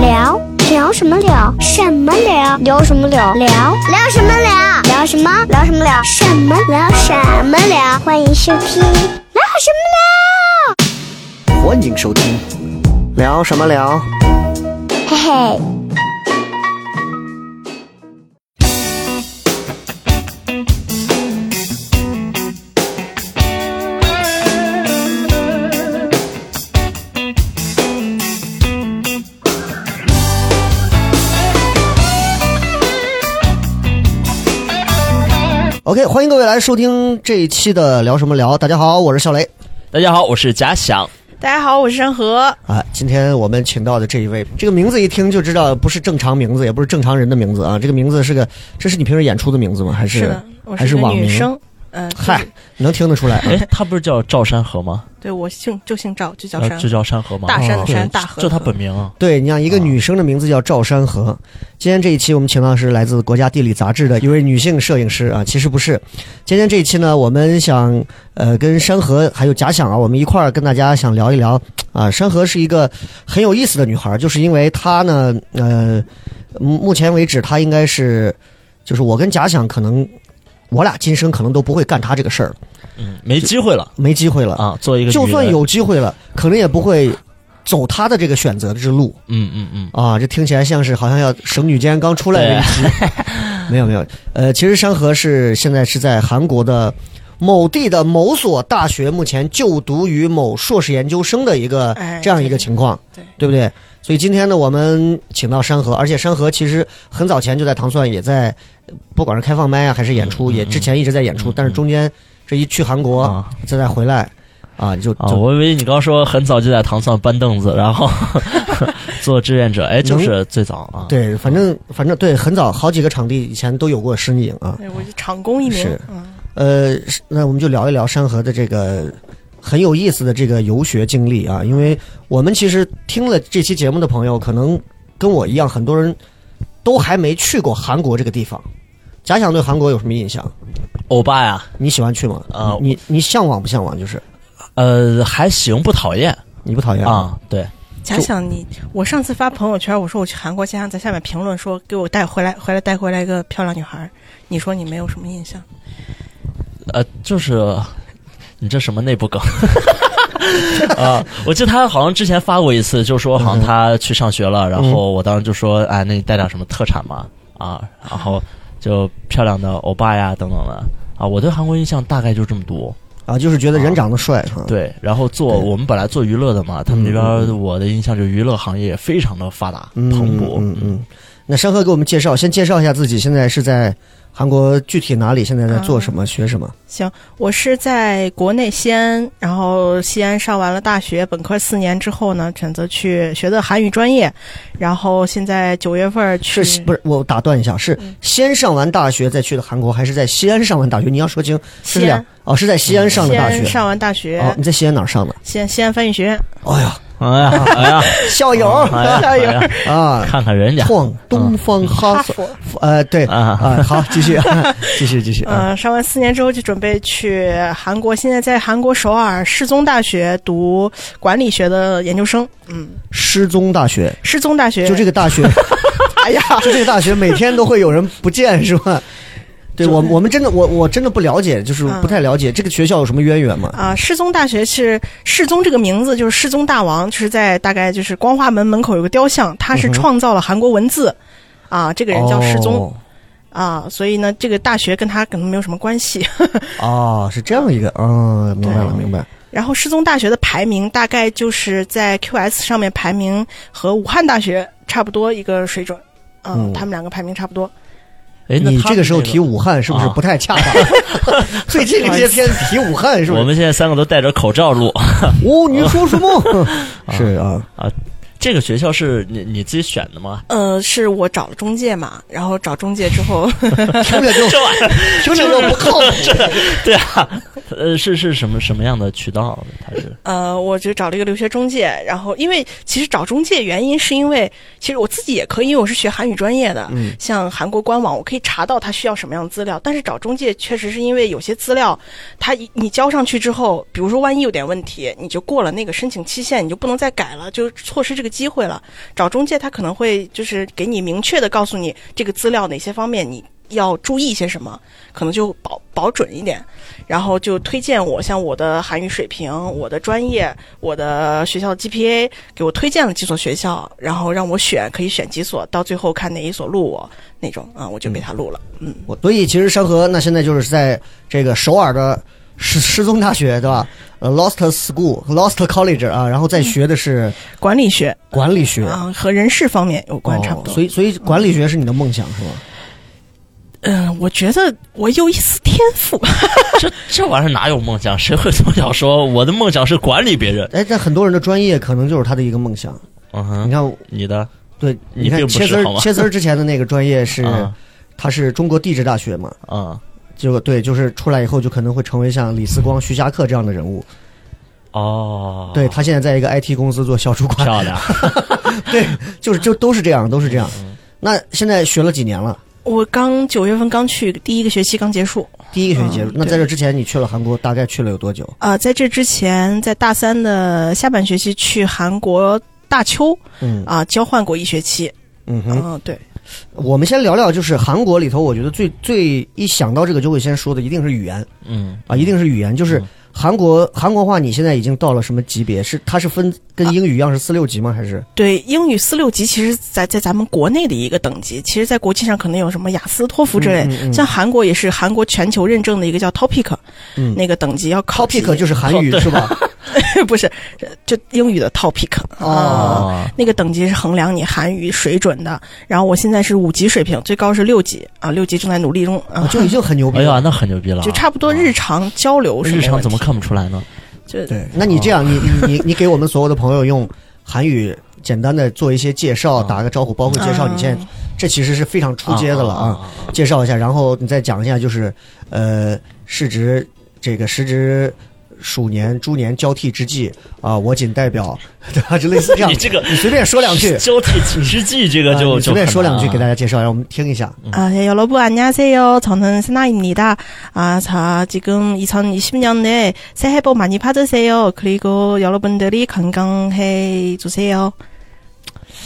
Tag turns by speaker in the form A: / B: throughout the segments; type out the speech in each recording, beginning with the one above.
A: 聊聊什么聊？什么聊？聊什么聊？聊聊什么聊？聊什么？聊什么聊？什么聊？什么聊？欢迎收听聊什么
B: 欢迎收听。聊什么聊？
A: 聊？嘿嘿，
B: OK，欢迎各位来收听这一期的聊什么聊。大家好，我是笑雷。
C: 大家好，我是贾想。
D: 大家好，我是山河。
B: 啊，今天我们请到的这一位，这个名字一听就知道不是正常名字，也不是正常人的名字啊。这个名字是个，这是你平时演出的名字吗？还是
D: 的，嗯我
B: 还是
D: 个
B: 网
D: 女
B: 名？
D: 生。嗯，就是
B: 嗨，能听得出来啊。
D: 嗯
C: 哎，他不是叫赵山河吗？
D: 对我姓就姓赵，就叫
C: 呃
D: 山，
C: 就叫山河吗？哦
D: 大山的
B: 啊哦对
D: 山，大
C: 这
D: 河的
C: 他
D: 河
C: 本名啊。
B: 对你像一个女生的名字叫赵山河。今天这一期我们请到的是来自国家地理杂志的一位女性摄影师啊，其实不是。今天这一期呢，我们想呃跟山河还有假想啊，我们一块儿跟大家想聊一聊啊。山河是一个很有意思的女孩，就是因为她呢，呃，目目前为止她应该是，就是我跟假想可能。我俩今生可能都不会干她这个事儿，
C: 嗯，没机会了
B: 没机会了。
C: 啊，做一个
B: 就
C: 女
B: 算
C: 人，
B: 有机会了，可能也不会走她的这个选择之路。
C: 嗯嗯嗯，
B: 啊，这听起来像是好像要《省女间》刚出来
D: 啊
B: 的一集。 没有没有，呃，其实山河是现在是在韩国的某地的某所大学，目前就读于某硕士研究生的一个、
D: 哎
B: 这样一个
D: 对
B: 情况，
D: 对
B: 对不对？所以今天呢，我们请到山河，而且山河其实很早前就在糖蒜也在，不管是开放麦啊还是演出，
D: 嗯
B: 也之前一直在演出，但是中间这一去韩国、
C: 啊
B: 再再回来啊，就
C: 啊，
B: 嗯就
C: 我以为你刚说很早就在糖蒜搬凳子，然后 做志愿者，哎，就是最早啊。
B: 对，反正反正对，很早好几个场地以前都有过身影啊。
D: 对，我就场工一名
B: 是。
D: 嗯，
B: 呃，是那我们就聊一聊山河的这个很有意思的这个游学经历啊，因为我们其实听了这期节目的朋友，可能跟我一样，很多人都还没去过韩国这个地方。假想对韩国有什么印象？
C: 欧巴呀，
B: 你喜欢去吗？
C: 啊
B: 你你向往不向往？就是
C: 呃，还行，不讨厌
B: 你不讨厌？
C: 啊。对，
D: 假想你，我上次发朋友圈，我说我去韩国，假想在下面评论说给我带回来，回来带回来一个漂亮女孩。你说你没有什么印象？
C: 呃，就是你这什么内部梗？ 啊，我记得他好像之前发过一次，就说
B: 嗯
C: 好像他去上学了，然后我当时就说，哎，那你带点什么特产嘛？啊，然后就漂亮的欧巴呀，等等的。啊，我对韩国印象大概就这么多。
B: 啊，就是觉得人长得帅哈、啊。
C: 对，然后做
B: 对
C: 我们本来做娱乐的嘛，他们那边我的印象就是娱乐行业非常的发达
B: 嗯，
C: 蓬勃。
B: 嗯嗯嗯。那山河给我们介绍，先介绍一下自己现在是在韩国具体哪里，现在在做什么，学什么？
D: 行，我是在国内西安，然后西安上完了大学本科四年之后呢，选择去学的韩语专业，然后现在九月份儿去
B: 是不是？我打断一下，是
D: 嗯
B: 先上完大学再去的韩国，还是在西安上完大学？你要说清，是
D: 西
B: 两
D: 安
B: 哦，是在西安上的
D: 西
B: 大
D: 安
B: 学。
D: 上完大学，
B: 哦，你在西安哪儿上的？
D: 西安西安翻译学院，
B: 哎呀，
C: 哎呀，哎呀，
B: 校友
C: 哎 呀，哎呀，
B: 啊，
C: 看看人家，
B: 创东方哈
D: 哈佛。
B: 呃，对
C: 啊
B: 啊，好，继续， 继续，继续啊，
D: 呃，上完四年之后就准备去韩国，现在在韩国首尔世宗大学读管理学的研究生。嗯，
B: 失踪大学，
D: 世宗大学
B: 就这
D: 个，
B: 个大学，
D: 哎呀，
B: 就这个大学每天都会有人不见，是吧？对我，我们真的，我我真的不了解，就是不太了解
D: 嗯
B: 这个学校有什么渊源嘛？
D: 啊，世宗大学是世宗这个名字就是世宗大王，就是在大概就是光华门门口有个雕像，他是创造了韩国文字。啊，这个人叫世宗、
B: 嗯哦
D: 啊，所以呢，这个大学跟他可能没有什么关系。
B: 哦，是这样一个，嗯，明白了，明白。
D: 然后世宗大学的排名大概就是在 QS 上面排名和武汉大学差不多一个水准，嗯，
B: 嗯
D: 他们两个排名差不多。
C: 哎，那
B: 你
C: 他
B: 这个时候
C: 那
B: 提武汉是不是
C: 啊
B: 不太恰当？ 最近这些天提武汉是不
C: 我
B: 是？
C: 们现在三个都戴着口罩录。
B: 哦，你说什 么？是啊，
C: 这个学校是你你自己选的吗？
D: 呃，是我找了中介嘛，然后找中介之后，
C: 啊
B: 听着 就
C: 这玩意儿，
B: 听着就不靠谱。
C: 对啊，呃，是是什么什么样的渠道？它是
D: 呃，我就找了一个留学中介，然后因为其实找中介原因是因为，其实我自己也可以，因为我是学韩语专业的，
B: 嗯
D: 像韩国官网我可以查到他需要什么样的资料，但是找中介确实是因为有些资料，他一你交上去之后，比如说万一有点问题，你就过了那个申请期限，你就不能再改了，就错失这个机会了。找中介，他可能会就是给你明确的告诉你这个资料哪些方面你要注意些什么，可能就保保准一点。然后就推荐我，像我的韩语水平、我的专业、我的学校的 GPA，给我推荐了几所学校，然后让我选，可以选几所，到最后看哪一所录我那种啊，我就被他录了。嗯，
B: 我所以其实山河那现在就是在这个首尔的失失踪大学，对吧？呃，Lost School、Lost College 啊，然后再学的是
D: 管理学
B: 管理学，
D: 啊和人事方面有关，差不
B: 哦
D: 多。
B: 所以，所以管理学是你的梦想是吗？
D: 嗯，我觉得我有一丝天赋，
C: 这这玩意儿哪有梦想？谁会从小说我的梦想是管理别人？
B: 哎，但很多人的专业可能就是他的一个梦想。
C: 嗯
B: 你
C: 哼，
B: 看，
C: 你的
B: 对，
C: 你
B: 你看
C: 并不是
B: 切丝
C: 好
B: 儿
C: 吗
B: 切丝儿之前的那个专业是，
C: 啊
B: 他是中国地质大学嘛，
C: 啊
B: 结果对，就是出来以后就可能会成为像李四光、徐霞客这样的人物。
C: 哦，
B: 对他现在在一个 IT 公司做小主管，
C: 漂亮，
B: 对，就是就都是这样，都是这样。嗯那现在学了几年了？
D: 我刚九月份刚去，第一个学期刚结束。
B: 第一个学期结束。
D: 嗯
B: 那
D: 对
B: 在这之前，你去了韩国，大概去了有多久？
D: 啊，在这之前，在大三的下半学期去韩国大邱
B: 嗯
D: 啊、交换过一学期。
B: 嗯哼
D: 嗯、，对，
B: 我们先聊聊，就是韩国里头，我觉得最最一想到这个就会先说的一定是语言
C: 嗯
B: 啊，一定是语言。就是
C: 嗯
B: 韩国韩国话，你现在已经到了什么级别？是它是分跟英语一样是四六级吗？还是
D: 对，英语四六级其实在在咱们国内的一个等级，其实，在国际上可能有什么雅思、托福之类。
B: 嗯嗯嗯
D: 像韩国也是韩国全球认证的一个叫 TOPIK，、
B: 嗯
D: 那个等级要考级
B: ？topic 就是韩语是吧？
D: 不是就英语的 TOPIK
B: 哦
D: 啊
C: 啊
D: 那个等级是衡量你韩语水准的。然后我现在是五级水平，最高是六级啊，六级正在努力中
B: 啊
D: 啊，
B: 就已经很牛逼
C: 哎
B: 了。
C: 呀，那很牛逼了啊，
D: 就差不多日常交流是没
C: 日常
D: 问
C: 怎么
D: 题
C: 看不出来呢？
D: 就
B: 对，那你这
C: 哦
B: 样，你你你你给我们所有的朋友用韩语简单的做一些介绍，
C: 哦
B: 打个招呼，包括介
C: 嗯
B: 绍你现在，这其实是非常出街的
C: 哦
B: 了啊。介绍一下，然后你再讲一下，就是呃，市值这个时值鼠年、猪年交替之际啊，我仅代表， 对吧？就类似这样，
C: 你这个
B: 你随便说两句，
C: 交替实际这个
B: 啊
C: 就
B: 你
C: 就
B: 随便说两句给大
C: 家。
B: 家介绍，让我们听一下。
D: 아 네, 여러분 안녕하세요. 저는 스나입니다. 아, 자, 지금 2020년에 새해 복 많이 받으세요. 그리고 여러분들이 건강해 주세요.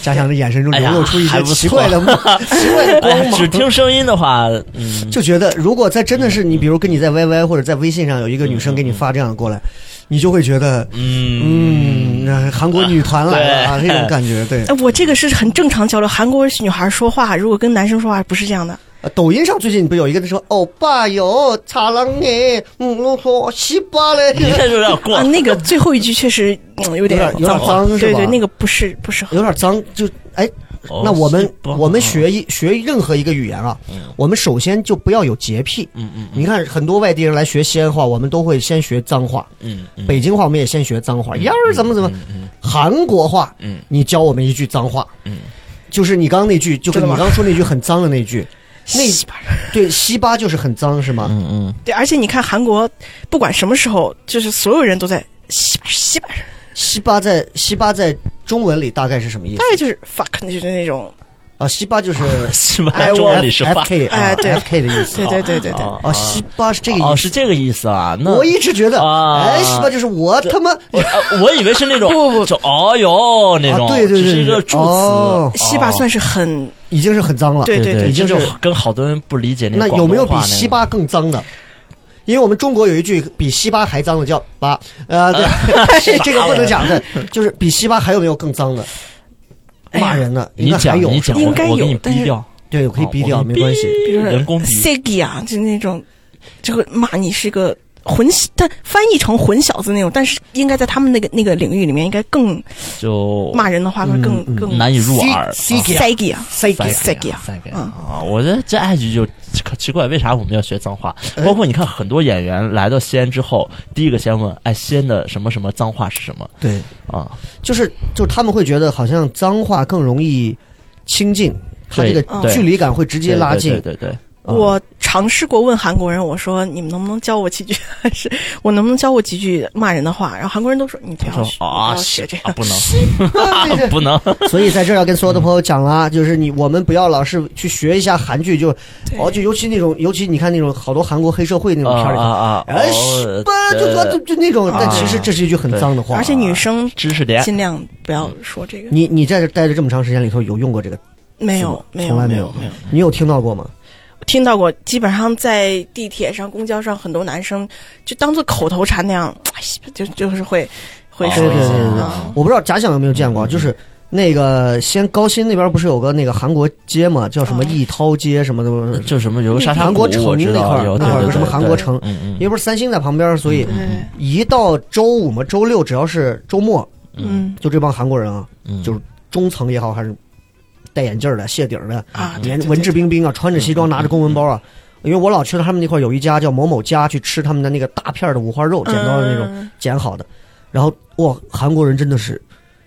B: 嘉祥的眼神中
C: 哎
B: 流
C: 呀
B: 露出一
C: 还
B: 些
C: 不错
B: 奇怪的、 奇怪的
C: 哎
B: 光，
C: 只
B: 芒。
C: 听声音的话，嗯，
B: 就觉得，如果在真的是你，比如跟你在 YY 或者在微信上有一个女生给你发这样过来，你就会觉得，嗯，那韩国女团来了啊，这
C: 对
B: 种感觉。 对，
D: 哎，我这个是很正常交流。韩国女孩说话，如果跟男生说话不是这样的，
B: 呃抖音上最近不有一个人说“欧巴哟，擦浪你，嗯，我说西巴嘞
C: 你这就 有点过
D: 啊，，那个最后一句确实嗯有点
B: 有点有点脏是
D: 对
B: 吧
D: 对，那个不是不适”，合。
B: 有点脏。就哎，
C: 哦
B: 那我们
C: 是吧
B: 我们学一学任何一个语言啊，我们首先就不要有洁癖。
C: 嗯嗯
B: 你看，很多外地人来学西安话，我们都会先学脏话；
C: 嗯嗯，
B: 北京话我们也先学脏话，呀儿怎么怎么。
C: 嗯
B: 韩国话，
C: 嗯，
B: 你教我们一句脏话，
C: 嗯，
B: 就是你刚刚那句，就跟你刚刚说那句很脏的那 句，那
D: 西班牙
B: 对西巴就是很脏是吗？
C: 嗯嗯
D: 对，而且你看韩国，不管什么时候，就是所有人都在西班牙西班牙，
B: 西巴在西巴在中文里大概是什么意思
D: 大概就是 fuck，就是那种，
B: 啊？西巴就是
C: 嗯，西班牙
B: I
C: 中
B: O
C: 文里是
B: F
C: 吧？
B: K 啊
D: 哎对
B: F K 的意思
D: 对对对对对。
B: 啊，西巴是这个
C: 哦，
B: 意思。
C: 是这个意思啊。那
B: 我一直觉得，
C: 啊
B: 哎，西巴就是我他妈
C: 我啊我以为是那 种不不就哦哟那种，
B: 啊对对对
C: 只是一个
B: 对
C: 助词。
B: 哦
D: 西巴
C: 哦
D: 算是很
B: 已经是很脏了。
D: 对
C: 对
B: 已经
C: 这就是跟好多人不理解
B: 那
C: 个
B: 有没有
C: 哎
B: 比
C: 广东话那个
B: 西巴更脏的？因为我们中国有一句比西巴还脏的叫“巴”，呃， 对，这这个不能讲的，就是比西巴还有没有更脏的
D: 哎呀
B: 骂人的？应
C: 你
B: 该还
C: 讲
B: 有
C: 你
B: 是
C: 讲，
B: 吧
C: 我
D: 应该
C: 我给
D: 有
C: 你
D: 但
C: 逼
D: 是
C: 掉，
B: 对，我可以
C: 好
B: 逼
C: 我
B: 掉，
C: 给
B: 没
C: 你
B: 关系。
D: 比如说
C: 人工逼
D: s e g i 啊，就那种就会骂你是个混小，但翻译成混小子那种，但是应该在他们那个那个领域里面，应该更
C: 就
D: 骂人的话会更、更
C: 难以入耳。
B: 西西
D: s e g i 啊，
B: 塞
C: 塞
B: 给
C: 给
D: 给啊
C: 塞给
D: 嗯
C: 啊！我觉得这爱剧就可奇怪，为啥我们要学脏话？
B: 呃
C: 包括你看，很多演员来到西安之后，第一个先问，哎，西安的什么什么脏话是什么
B: 对，
C: 啊？
B: 就是就他们会觉得好像脏话更容易亲近，它这
C: 对
B: 个
C: 对
B: 距离感会直接拉近。
C: 对对对，对
B: 啊
D: 我尝试过问韩国人，我说你们能不能教我几句，还是我能不能教我几句骂人的话？然后韩国人都说你不要
C: 说
D: 学，
C: 啊，
B: 哦
D: 不要学
C: 是
D: 这
C: 啊
D: 样。
C: 不能，啊不能，
B: 所以在这儿要跟所有的朋友讲啦，就是你我们不要老是去学一下韩剧，就哦，就尤其那种，尤其你看那种好多韩国黑社会那种片儿里头，
C: 啊啊啊
B: 哎，
C: 哦
B: 是吧就
C: 对
B: 就就那种，但
C: 啊
B: 其实这是一句很脏的话。啊
D: 而且女生
C: 知识点
D: 尽量不要说这个。
B: 你你在这待着这么长时间里头，有用过这个？
D: 没有，没有，
B: 从来没
D: 没
B: 有
D: 没有。
B: 你有听到过吗？
D: 听到过，基本上在地铁上、公交上，很多男生就当做口头禅那样，哎就就是会会说
B: 对
D: 一
B: 对对
D: 些
B: 对对
D: 啊，
B: 我不知道假想有没有见过，就是那个先高新那边不是有个那个韩国街嘛，叫什么
D: 嗯
B: 一涛街什么的，
C: 就什么有个沙沙
B: 韩
C: 谷，
B: 国城
C: 嗯我知
B: 那块
C: 道
B: 儿
C: 有，
B: 那
C: 对
B: 块儿
C: 对
B: 有什么
C: 对
B: 韩国
C: 对
B: 城
C: 嗯
B: 因
C: 嗯
B: 为不是三星在旁边，所以
D: 对对对，
B: 一到周五嘛，周六只要是周末，
D: 嗯
B: 就这帮韩国人啊，
C: 嗯，
B: 就是中层也好，还是戴眼镜儿的、谢顶儿的，
D: 啊，对
B: 连
D: 对对
B: 文质彬彬啊，穿着西装，拿着公文包
C: 嗯
B: 啊。因为我老去他们那块儿有一家叫某某家去吃他们的那个大片儿的五花肉，剪刀的那种
D: 嗯
B: 剪好的，然后哇，韩国人真的是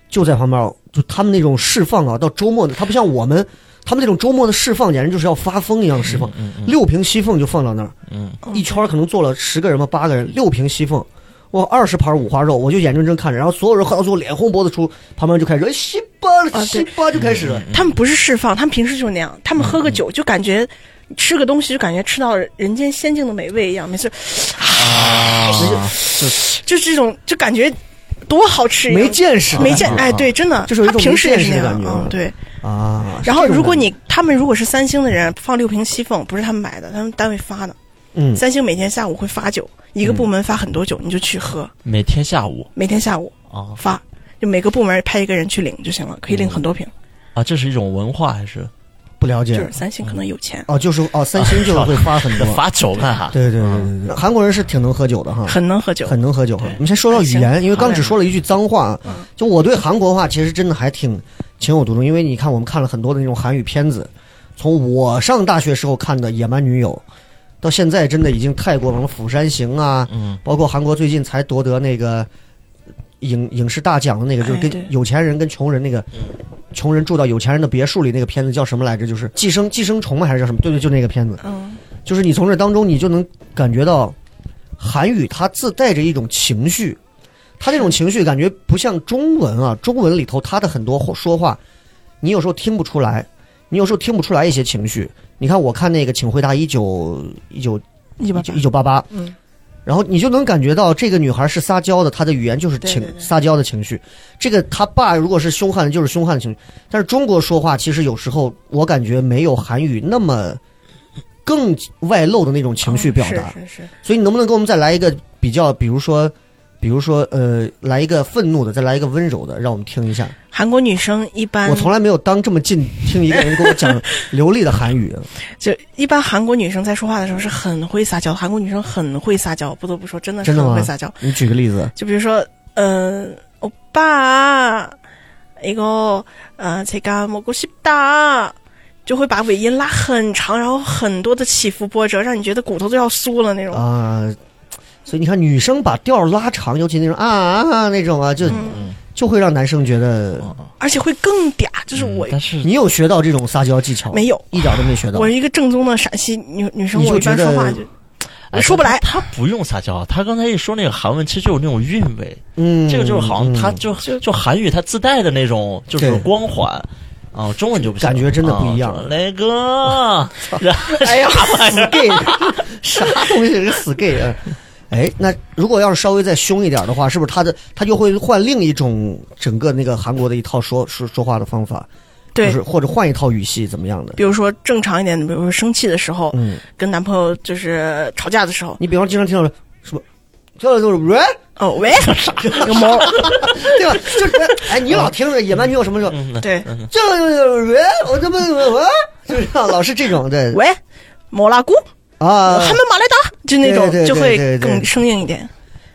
B: 就在旁边儿，就他们那种释放啊，到周末的他不像我们，他们那种周末的释放简直就是要发疯一样释放，
C: 嗯嗯
B: 六瓶西凤就放到那儿，
C: 嗯
B: 一圈儿可能坐了十个人吧，八个人，六瓶西凤，哇，二十盘五花肉，我就眼睁睁看着，然后所有人喝到最后脸红脖子粗，旁边就开始哎西巴
D: 啊
B: 西
D: 对
B: 巴就开始
C: 嗯
B: 了，
D: 他们不是释放，他们平时就是那样。他们喝个酒就感觉吃个东西就感觉吃到人间仙境的美味一样，没事，
B: 哎
C: 啊，
D: 就这种就感觉多好吃一样，
B: 没见识，啊
D: 没见哎，对，真的，
B: 就是有一
D: 他
B: 种
D: 平时也是
B: 没
D: 那
B: 见
D: 样
B: 识，的感觉
D: 嗯，对。
B: 啊。是
D: 然后
B: 这种
D: 如果
B: 感觉
D: 你他们如果是三星的人放六瓶西凤，不是他们买的，他们单位发的。
B: 嗯
D: 三星每天下午会发酒，一个部门发很多酒，你就去喝，
B: 嗯
C: 每天下午
D: 每天下午
C: 啊
D: 发，就每个部门派一个人去领就行了，可以领很多瓶。
C: 啊，这是一种文化还是
B: 不了
D: 就
B: 解
D: 是三星可能有钱，
B: 哦，就是哦，三星就是会发
C: ，
B: 很多
C: 发酒干啥？
B: 对对对对对，韩国人是挺能喝酒的哈。
D: 很能喝酒，
B: 嗯很能喝酒
D: 对，
B: 我们先说到语言，
D: 行
B: 因为刚只说了一句脏话啊。
D: 嗯
B: 就我对韩国话其实真的还挺情有独钟，因为你看我们看了很多的那种韩语片子，从我上大学时候看的《野蛮女友》，到现在真的已经太过什么《釜山行》啊，
C: 嗯，
B: 包括韩国最近才夺得那个影影视大奖的那个，就是
D: 哎
B: 跟
D: 对嗯
B: 有钱人跟穷人那个，穷人住到有钱人的别墅里那个片子叫什么来着？就是《寄生寄生虫》吗？还是叫什么？对对，就那个片子。
D: 嗯，
B: 就是你从这当中，你就能感觉到韩语它自带着一种情绪，它这种情绪感觉不像中文啊，中文里头它的很多话说话，你有时候听不出来，你有时候听不出来一些情绪。你看，我看那个《请回答一九一九
D: 一般
B: 一九八八》，
D: 嗯，
B: 然后你就能感觉到这个女孩是撒娇的，她的语言就是情
D: 对对对
B: 撒娇的情绪。这个她爸如果是凶悍的，就是凶悍的情绪。但是中国说话其实有时候我感觉没有韩语那么更外露的那种情绪表达。
D: 哦是是是，
B: 所以你能不能给我们再来一个比较，比如说，比如说呃，来一个愤怒的，再来一个温柔的，让我们听一下。
D: 韩国女生一般
B: 我从来没有当这么近听一个人给我讲流利的韩 语。
D: 就一般韩国女生在说话的时候是很会撒娇的，韩国女生很会撒娇，不得不说，真的是
B: 真的吗
D: 很会撒娇。
B: 你举个例子，
D: 就比如说，嗯、呃，欧巴，一个呃，这个蘑菇西达，就会把尾音拉很长，然后很多的起伏波折，让你觉得骨头都要酥了那种。
B: 啊、所以你看，女生把调儿拉长，尤其那种啊啊啊那种啊，就、
D: 嗯
B: 就会让男生觉得
D: 而且会更嗲，就是
C: 嗯
D: 我、
C: 但是
B: 你有学到这种撒娇技巧，
D: 没有，
B: 一点儿都没学到
D: 我。一个正宗的陕西女女生，
B: 你就
D: 我一般
B: 觉得
D: 说话就
C: 哎
D: 说不来
C: 他他不用撒娇，他刚才一说那个韩文，其实就有那种韵味，
B: 嗯，
C: 这个就是好像
B: 嗯
C: 他就就韩语它自带的那种就是
B: 对
C: 光环。啊，中文就不行，
B: 感觉真的不一样
C: 啊 雷哥，然后
D: 哎呀，
B: 死 gay，啥东西是死 gay 啊？哎，那如果要是稍微再凶一点的话，是不是他的他就会换另一种整个那个韩国的一套说说说话的方法，就
D: 对
B: 是。或者换一套语系怎么样的？
D: 比如说正常一点，比如说生气的时候，
B: 嗯，
D: 跟男朋友就是吵架的时候，
B: 你比方经常听到什么，叫就是喂，
D: 哦 喂，有毛，
B: 对吧？就是哎，你老听着野蛮女友什么时候，
C: 嗯
D: 对，
B: 这就是喂，我这不喂，就是这样老是这种对
D: 喂，毛拉姑，
B: 啊
D: 还没马来达，就那
B: 对对
D: 种就
B: 对对对
D: 会更生硬一点。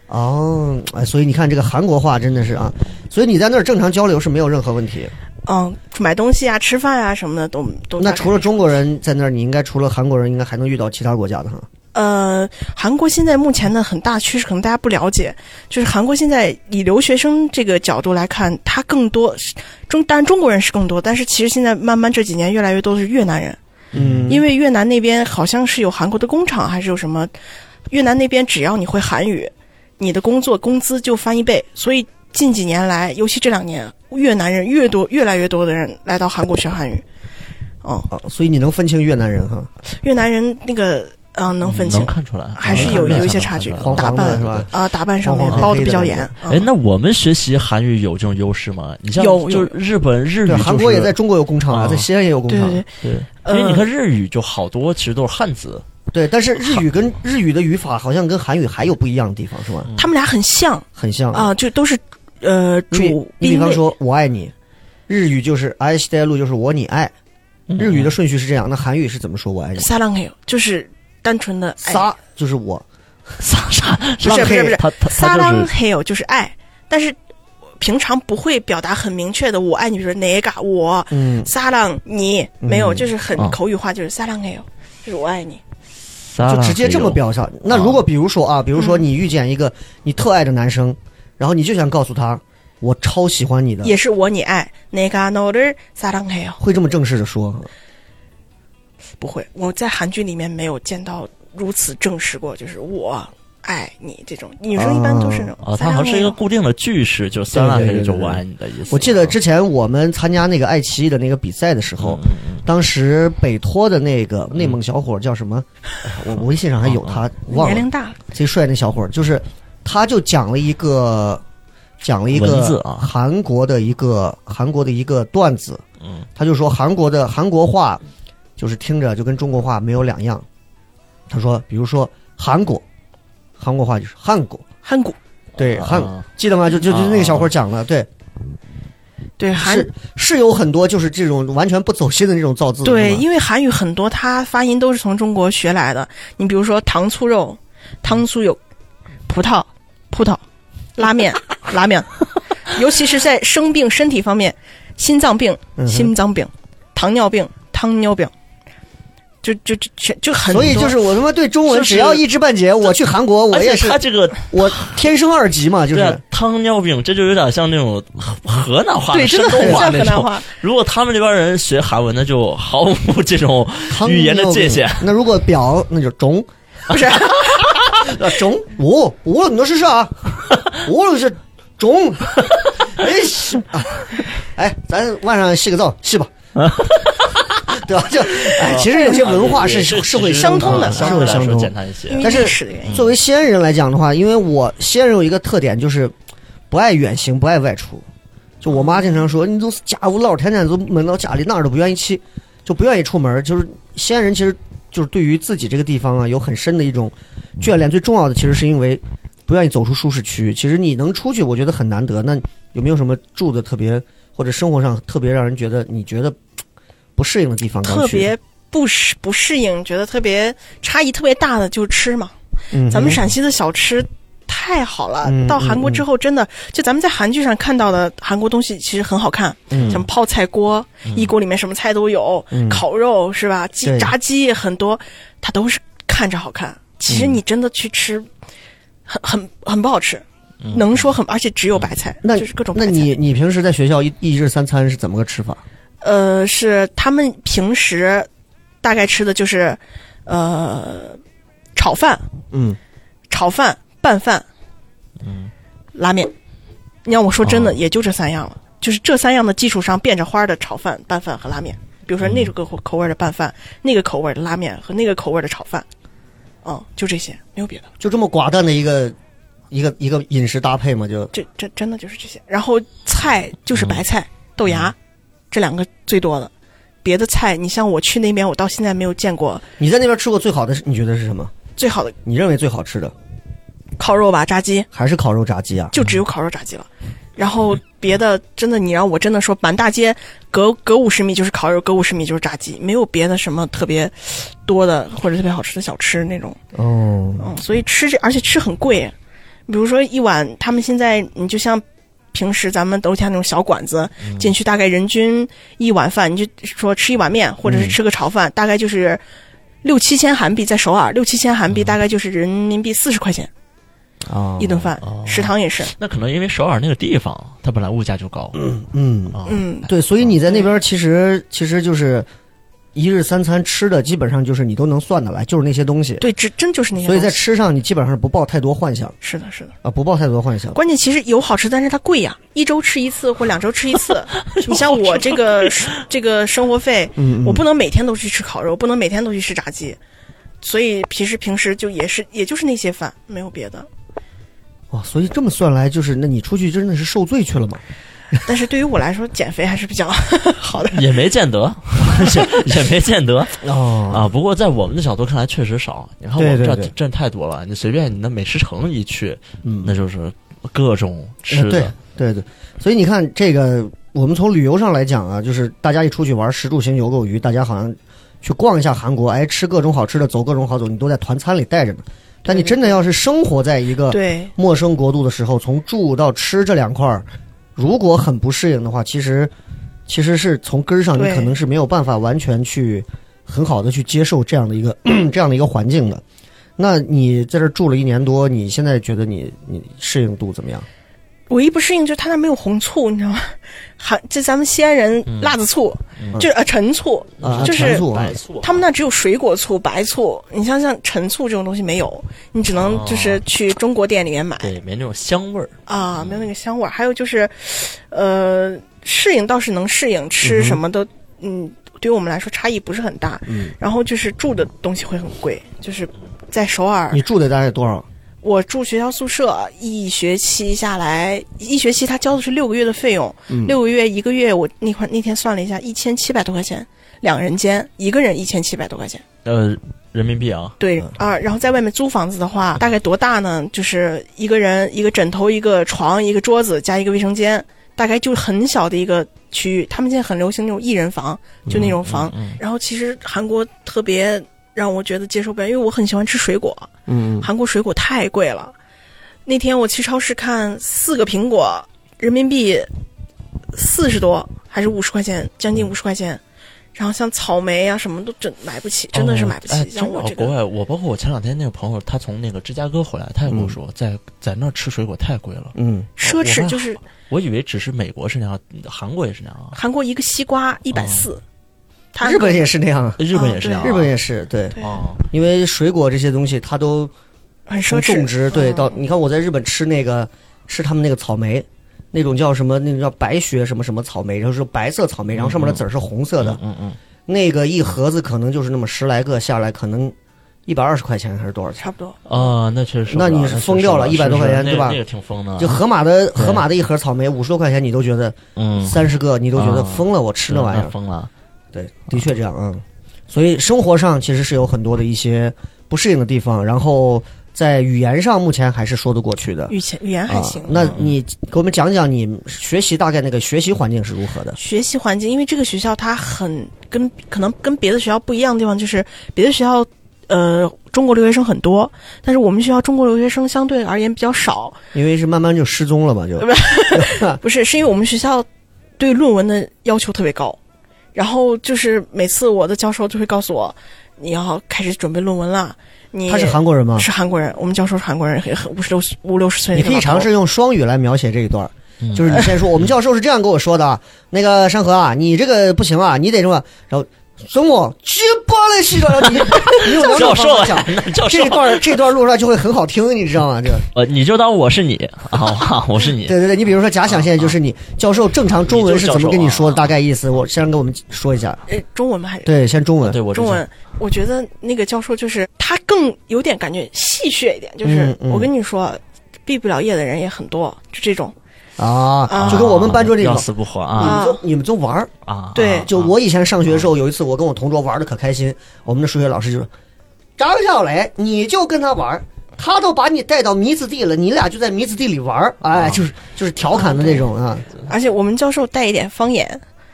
B: 哦，哎，所以你看这个韩国话真的是啊，所以你在那儿正常交流是没有任何问题。
D: 嗯，买东西啊、吃饭啊什么的都都
B: 那
D: 大概
B: 除了中国人在那儿，你应该除了韩国人，应该还能遇到其他国家的哈。
D: 呃，韩国现在目前的很大趋势，可能大家不了解，就是韩国现在以留学生这个角度来看，它更多是中，当然中国人是更多，但是其实现在慢慢这几年越来越多的是越南人，
B: 嗯，
D: 因为越南那边好像是有韩国的工厂，还是有什么？越南那边只要你会韩语，你的工作工资就翻一倍。所以近几年来，尤其这两年，越南人越多，越来越多的人来到韩国学韩语。哦，
B: 哦所以你能分清越南人哈，
D: 越南人那个嗯、呃
B: 哦
D: 能分清
C: 能，看出来，
D: 还是
C: 能
D: 有
C: 看出来
D: 有一些
C: 能
D: 差
C: 看
D: 距
C: 出来
B: 黄
D: 打
B: 黄的
D: 扮
B: 是吧？
D: 啊、打扮上
B: 黄
D: 面
B: 黄
D: 包
B: 黑
D: 的比
B: 的
D: 较
B: 那
D: 严
B: 种。
C: 哎，
D: 嗯
C: 那我们学习韩语有这种优势吗？你像
D: 有有
C: 就是日本日语、
B: 对，
C: 就是，
B: 韩国也在中国有工厂啊，
C: 啊
B: 在西安也有工
D: 对
B: 厂
D: 对。
C: 对，
D: 对，
C: 因
D: 呃
C: 嗯哎为你看日语就好多其实都是汉 字，
B: 对，但是日语跟日语的语法好像跟韩语还有不一样的地方，是
C: 嗯
B: 吧？
D: 他们俩很像
B: 很像
D: 啊、。就都是呃
B: 你比
D: 主
B: 你比
D: 宾
B: 方
D: 位。
B: 说“我爱你”，日语就是“爱西带路”，就是我你爱。日语的顺序是这样，那韩语是怎么说我爱你？
D: 撒浪嘿，就是单纯的爱。
B: 撒就是我，
C: 啥啥
D: 不是不是不是，
C: 他他
D: 撒
C: 他就
D: 浪
C: 是
D: 嘿哟就是爱，但是平常不会表达很明确的我爱你，比如说哪个我
B: 嗯，
D: 撒浪你没有，就是很
C: 啊
D: 口语化，就是撒浪嘿哟，就是我爱你。
B: 就直接这么。表达。那如果比如说啊，比如说你遇见一个你特爱的男生，然后你就想告诉他我超喜欢你的，
D: 也是我你爱哪个哪的撒浪嘿哟，
B: 会这么正式的说。
D: 不会，我在韩剧里面没有见到如此证实过，就是我爱你这种女生一般都是那
B: 哦
C: 啊，
D: 种撒
C: 它好像
D: 浪嘿
C: 是一个
D: 哟。
C: 固定的句式，就是三万
B: 对对
C: 黑
B: 对
C: 就
B: 对
C: 我
B: 对
C: 爱你的意思。啊
B: 我记得之前我们参加那个爱奇艺的那个比赛的时候，当时北托的那个内蒙小伙叫什么？我我微信上还有他，忘
D: 年
B: 了
D: 龄。大了，
B: 贼帅那小伙儿，就是他就讲了一个讲了一
C: 文字
B: 个
C: 啊
B: 韩国的一个韩国的一个段子，
C: 嗯，
B: 他就说韩国的韩国话就是听着就跟中国话没有两样。他说，比如说韩国，韩国话就是汉国，
D: 韩国
B: 对
C: 啊
B: 汉，记得吗？就就就
C: 啊
B: 那个小伙儿讲的，对，
D: 对韩
B: 是嗯是有很多就是这种完全不走心的那种造字，
D: 对，
B: 是吗
D: 因为韩语很多，它发音都是从中国学来的。你比如说糖醋肉、糖醋有葡萄、葡萄、拉面、拉面，尤其是在生病身体方面，
B: 嗯
D: 心脏病、
B: 嗯哼
D: 心脏病、糖尿病、糖尿病，就就就全就很多。
B: 所以就是我他妈对中文
C: 就是
B: 只要一知半解，我去韩国我
C: 而
B: 也
C: 且
B: 是
C: 他这个
B: 我天生二级嘛，就
C: 对啊
B: 是，
C: 糖尿病，这就有点像那种河河南话、
D: 对，真的很
C: 山东
D: 像河
C: 那
D: 南
C: 种。
D: 话。
C: 如果他们那边人学韩文，那就毫无这种
B: 糖
C: 语言的
B: 尿
C: 界
B: 病
C: 限。。
B: 那如果表，那就中，不是 中五五了，你说试试啊，五了是中。哎，是啊哎，咱晚上洗个澡，洗 吧。对吧？就哎，其实有些文化是
C: 是
B: 是会
C: 是
D: 相通的
B: 是
C: 相
B: 会
C: 对来
B: 相
C: 说
B: 通。
C: 简单一些。
B: 但是
D: 历史的原因，
B: 作为西安人来讲的话，因为我西安人有一个特点就是不爱远行，不爱外出。就我妈经常说，你都是家务老，天天都闷到家里，哪儿都不愿意去，就不愿意出门。就是西安人其实就是对于自己这个地方啊，有很深的一种眷恋。最重要的其实是因为不愿意走出舒适区。其实你能出去，我觉得很难得。那有没有什么住的特别或者生活上特别让人觉得你觉得不适应的地方？刚
D: 特
B: 去，
D: 别不适不适应，觉得特别差异特别大的就是吃嘛。
B: 嗯哼
D: 咱们陕西的小吃太好了，
B: 嗯
D: 到韩国之后真的，就咱们在韩剧上看到的韩国东西其实很好看，
B: 嗯
D: 像泡菜锅，一锅里面什么菜都有，
B: 嗯
D: 烤肉是吧？鸡
B: 对
D: 炸鸡也很多，它都是看着好看，其
B: 嗯
D: 实你真的去吃，很很很不好吃，
B: 嗯
D: 能说很，而且只有白菜，
B: 那
D: 就是各种白
B: 那
D: 菜。
B: 你你平时在学校一一日三餐是怎么个吃法？
D: 呃，是他们平时大概吃的就是呃炒饭，
B: 嗯，
D: 炒饭、拌饭，嗯，拉面。你要我说真的，也就这三样了，就是这三样的基础上变着花儿的炒饭、拌饭和拉面。比如说那个口口味儿的拌饭，那个口味儿的拉面和那个口味儿的炒饭，嗯，就这些，没有别的，
B: 就这么寡淡的一个一个一个饮食搭配嘛，就
D: 这这真的就是这些。然后菜就是白菜、豆芽，这两个最多的，别的菜你像我去那边，我到现在没有见过
B: 你在那边吃过最好的是，你觉得是什么？
D: 最好的
B: 你认为最好吃的
D: 烤肉吧，炸鸡
B: 还是烤肉炸鸡啊？
D: 就只有烤肉炸鸡了。然后别的真的，你让我真的说，满大街隔隔五十米就是烤肉，隔五十米就是炸鸡，没有别的什么特别多的或者特别好吃的小吃那种。
B: 哦，
D: 嗯，所以吃这而且吃很贵，比如说一碗，他们现在你就像平时咱们楼下那种小馆子、进去，大概人均一碗饭，你就说吃一碗面或者是吃个炒饭，大概就是六七千韩币，在首尔六七千韩币大概就是人民币四十块钱
B: 啊
D: 一顿饭，食堂也是。
B: 哦
C: 那可能因为首尔那个地方，它本来物价就高
B: 嗯，
C: 啊，
D: 嗯，
B: 对，所以你在那边其实其实就是一日三餐吃的基本上就是你都能算得来，就是那些东西。
D: 对，只真就是那些
B: 所
D: 东
B: 以
D: 西。
B: 在吃上，你基本上不抱太多幻想
D: 是的，是的。
B: 啊，不抱太多幻想。
D: 关键其实有好吃，但是它贵呀、一周吃一次或两周吃 一次。你像我这个这个生活费，
B: 嗯，嗯
D: 我不能每天都去吃烤肉，不能每天都去吃炸鸡，所以平时平时就也是也就是那些饭，没有别的。
B: 哇，所以这么算来，就是那你出去真的是受罪去了嘛？
D: 但是对于我来说，减肥还是比较 好的。
C: 也没见 得， 也也没见得
B: 哦，
C: 啊。不过在我们的角度看来，确实少。你看我
B: 对
C: 们
B: 对
C: 这
B: 对
C: 挣太多了，你随便你那美食城一去，
B: 嗯
C: 那就是各种
B: 呃
C: 吃
B: 对
D: 嗯
C: 的。
B: 对对，所以你看这个，我们从旅游上来讲啊，就是大家一出去玩，食住行游购娱，大家好像去逛一下韩国，哎，吃各种好吃的，走各种好走，你都在团餐里带着呢。但你真的要是生活在一个
D: 对，
B: 陌生国度的时候，从住到吃这两块儿，如果很不适应的话，其实其实是从根儿上，你
D: 对
B: 可能是没有办法完全去很好的去接受这样的一个 这样的一个环境的。那你在这儿住了一年多，你现在觉得你你适应度怎么样？
D: 唯一不适应就是他那没有红醋，你知道吗？ 韩这咱们西安人辣子醋，就是呃陈醋，
B: 嗯啊，
D: 就是
B: 全醋啊
C: 白，醋
D: 他们那只有水果醋、白醋，你像像陈醋这种东西没有，你只
B: 哦
D: 能就是去中国店里面买
C: 对没那种香味儿。
D: 啊，没有那个香味儿。还有就是，呃，适应倒是能适应，吃什么都，嗯，对于我们来说差异不是很大。
B: 嗯，
D: 然后就是住的东西会很贵，就是在首尔
B: 你，住的大概多少？
D: 我住学校宿舍，一学期下来，一学期他交的是六个月的费用，
B: 嗯
D: 六个月一个月我那块那天算了一下，一千七百多块钱，两人间，一个人一千七百多块钱。
C: 呃，人民币啊，
D: 对啊，然后在外面租房子的话，大概多大呢？就是一个人一个枕头、一个床、一个桌子加一个卫生间，大概就很小的一个区域。他们现在很流行那种一人房，
C: 嗯
D: 就那种房。然后其实韩国特别让我觉得接受不了，因为我很喜欢吃水果，
B: 嗯，
D: 韩国水果太贵了。那天我去超市看四个苹果，人民币四十多还是五十块钱，将近五十块钱。然后像草莓啊什么都真买不起，真的是买不起。
C: 哦哎
D: 像我
C: 真
D: 这
C: 的
D: 个
C: 国外，我包括我前两天那个朋友，他从那个芝加哥回来，他也跟
D: 嗯
C: 我说，在在那儿吃水果太贵了。
B: 嗯，
D: 奢
C: 我
D: 侈
C: 还
D: 就是
C: 我以为只是美国是那样，韩国也是那样啊，
D: 韩国一个西瓜一百四，它
B: 哦日本也是那样啊，
C: 日本也是那样啊、
B: 日本也是对，
D: 对
C: 哦，
B: 因为水果这些东西它都
D: 很奢
B: 从
D: 侈，嗯
B: 种植对到你看我在日本吃那个吃他们那个草莓，那种叫什么那种叫白雪什么什么草莓，然后是白色草莓，然后上面的籽儿是红色的，
C: 嗯嗯，
B: 那个一盒子可能就是那么十来个下来，可能一百二十块钱还是多少钱？
D: 差不多。
C: 啊、那确实受不
B: 那
C: 了，
B: 你是
C: 确实
B: 疯掉
C: 受不
B: 了100多
C: 是
B: 块钱
C: 那
B: 对吧
C: 那个挺疯的，
B: 就盒马的盒马的一盒草莓五十多块钱，你都觉得
C: 嗯，
B: 三十个你都觉得
C: 啊
B: 疯了，我吃那玩意
C: 那
B: 儿，
C: 疯了，
B: 对，的确这样啊、嗯所以生活上其实是有很多的一些不适应的地方，然后在语言上目前还是说得过去的。
D: 语前语言还行。
B: 啊。那
D: 嗯
B: 你给我们讲讲你学习大概那个学习环境是如何的？
D: 学习环境，因为这个学校它很跟可能跟别的学校不一样的地方，就是别的学校呃中国留学生很多，但是我们学校中国留学生相对而言比较少，
B: 因为是慢慢就失踪了嘛，
D: 呃
B: 就啊
D: 不是，是因为我们学校对论文的要求特别高，然后就是每次我的教授就会告诉我，你要开始准备论文啦。你
B: 他是韩国人吗？
D: 是韩国人，我们教授是韩国人，很很五十六五六十岁。
B: 嗯你可以尝试，用双语来描写这一段儿，
C: 嗯
B: 就是你先说，我们教授是这样跟我说的啊，那个山河啊，你这个不行啊，你得这么，然后孙我去巴来西的，然后你你用两
C: 教
B: 种
C: 授
B: 方
C: 啊
B: 法讲，，
C: 那教授
B: 这，段儿这段录出来就会很好听，你知道吗？这
C: 呃，你就当我是你啊，我是你，
B: 对对对，你比如说假想现在就是你教授正常中文是怎么跟你说的，
C: 啊你就是教授啊
B: 大概意思，我先跟我们说一下，
D: 呃，中文吗？还是
B: 对，先中文，
C: 对我是
D: 中文？我觉得那个教授就是他更有点感觉戏谑一点，就是
B: 嗯嗯
D: 我跟你说，毕不了业的人也很多，就这种。
B: 啊，
D: 啊
B: 就跟我们班主任这
C: 要
B: 种。
C: 死不活
B: 你
C: 啊
B: 们就你们就玩儿，
C: 啊，
D: 嗯对
C: 啊
B: 就我以前上学的时候，有一次我跟我同桌玩的可开心，我们的数学老师就说：“张小磊，你就跟他玩儿，他都把你带到迷子地了，你俩就在迷子地里玩儿。”
C: 啊
B: 哎，就是就是调侃的那种啊
D: 而且我们教授带一点方言，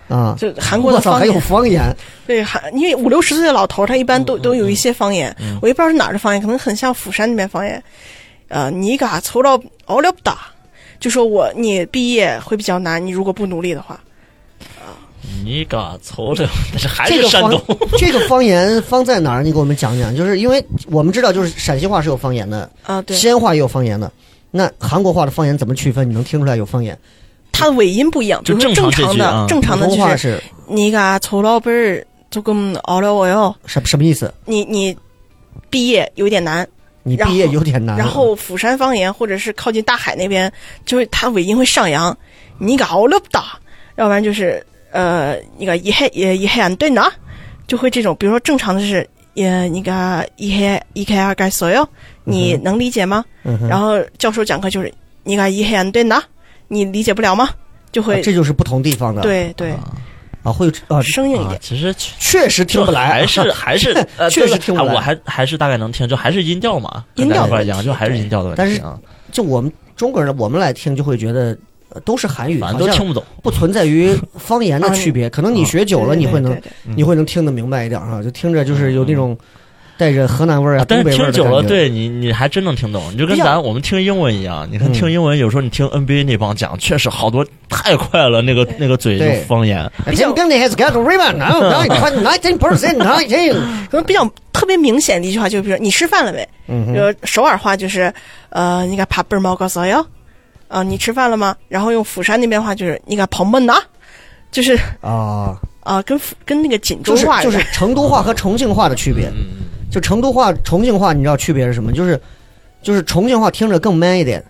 B: 啊！
D: 就韩国
B: 我
D: 的
B: 操，
D: 方
B: 还有嗯
D: 言。
B: 方言，
D: 对，韩因为五六十岁的老头儿，他一般都都有一些方言，我也不知道是哪儿的方言，可能很像釜山那边方言。呃，你嘎抽到奥了不打，就说我你毕业会比较难，你如果不努力的话。
C: 你嘎瞅着，但是还
B: 这
C: 是
B: 个
C: 山
B: 方
C: 东，
B: 这个方言方在哪儿？你给我们讲讲，就是因为我们知道，就是陕西话是有方言的，
D: 啊，对，
B: 西安话也有方言的。那韩国话的方言怎么区分？你能听出来有方言？
D: 它的尾音不一样，比
C: 就
D: 如说
C: 正常
D: 常
C: 这句
D: 的、
C: 啊
D: 正常的
B: 普通
D: 就
B: 话
D: 是
B: 是
D: 你嘎抽老本儿， 조금어려워요。
B: 什什么意思？
D: 你你毕业有点难，
B: 你
D: 然后
B: 毕业有点难。
D: 然后釜山方言或者是靠近大海那边，就是它尾音会上扬，你个奥勒不达，要不然就是呃，你个一黑也一黑俺对呢，就会这种，比如说正常的是也你个一黑一开二该所有，你能理解吗？
B: 嗯哼，
D: 然后教授讲课就是你个一黑俺对呢，你理解不了吗？就
B: 啊
D: 会、
B: 这就是不同地方的。
D: 对 对、
B: 啊，会有这啊，
D: 生硬一
C: 啊
D: 点，
C: 其实
B: 确实听不来，
C: 还是还是呃
B: 确实
C: 对
B: 听不
C: 啊
B: 来
C: 我还还是大概能听，就还是音调嘛，
D: 音调
C: 跟大家
D: 的
C: 一样，
D: 问题
C: 就还是音调的问题。
B: 但是
C: 啊
B: 就我们中国人，我们来听就会觉得呃都是韩语，
C: 反
B: 好
C: 正都听
B: 像
C: 不懂。
B: 不存在于方言的
D: 啊
B: 区别。可能你
C: 啊
B: 学久了，
D: 对对
B: 你会
D: 对
B: 能
D: 对对
B: 你会能听得明白一点啊，就听着就是有那种带着河南味儿啊，
C: 嗯但
B: 东
C: 是
B: 北味
C: 听
B: 儿的
C: 久了，
B: 感觉。
C: 对你，你还真能听懂。你就跟
B: 哎呀
C: 咱我们听英文一样，你看
B: 嗯
C: 听英文，有时候你听 NBA 那帮讲，确实好多太快了，那个那个嘴
B: 对
C: 就方言。嗯
B: 哎这跟那还是干瑞吧？ 然后然后你看，那真不是真，那真。
D: 可能比较特别明显的一句话，就比如你吃饭了没？
B: 嗯哼，
D: 就首尔话就是，呃，你看爬贝猫告诉我哟，啊、你吃饭了吗？然后用釜山那边话就是，你看跑闷呐，就是
B: 啊，
D: 啊、跟釜跟那个锦州
B: 就是
D: 话
B: 就是成都话和重庆话的区别。
C: 嗯，
B: 就成都话、重庆话，你知道区别是什么？就是就是重庆话听着更 man 一点，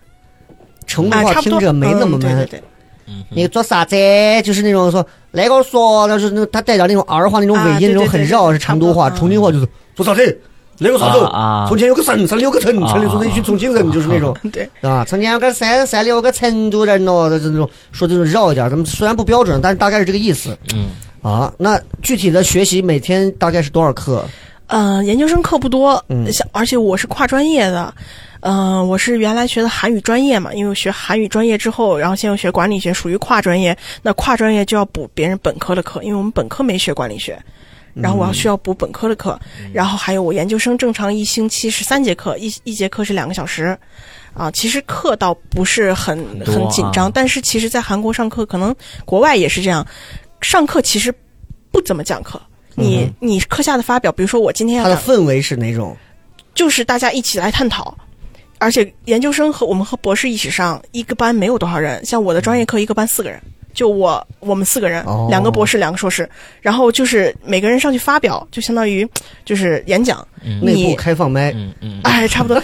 B: 成都
D: 啊，
B: 话
D: 差不
B: 听
D: 多
B: 着没那么
D: 嗯
B: man。
D: 对对对，
C: 嗯
B: 你做啥子？就是那种说来跟我说，那是那他带点那种儿化那种尾
D: 啊
B: 音，
D: 对
B: 那种
D: 对
B: 很
D: 对
B: 绕，
D: 对
B: 是成都话。
D: 差不多嗯
B: 重庆话就是做啥子？来个啥子？
C: 啊啊
B: 从前有个省，城里有个城，
C: 啊
B: 城里住着一群重庆人，就是那种
D: 对
B: 啊。从前有个山，山里有个成都人哦，这这种说这种绕一点，咱们虽然不标准，但是大概是这个意思
C: 嗯，
B: 啊。那具体的学习每天大概是多少课？
D: 呃，研究生课不多，
B: 嗯
D: 像而且我是跨专业的，呃，我是原来学的韩语专业嘛，因为我学韩语专业之后，然后现在又学管理学，属于跨专业。那跨专业就要补别人本科的课，因为我们本科没学管理学，然后我要需要补本科的课，然后还有我研究生正常一星期是三节课，一一节课是两个小时。啊，其实课倒不是很
C: 多
D: 很紧张，
C: 啊
D: 但是其实，在韩国上课，可能国外也是这样，上课其实不怎么讲课。你、你课下的发表，比如说我今天要
B: 它的
D: 讲，
B: 氛围是哪种？
D: 就是大家一起来探讨，而且研究生和我们和博士一起上，一个班没有多少人，像我的专业课一个班四个人，就我我们四个人，
B: 哦
D: 两个博士，两个硕士，然后就是每个人上去发表，就相当于就是演讲，
C: 嗯
B: 内部
D: 你
B: 开放麦，
C: 嗯嗯，
D: 哎，差不多。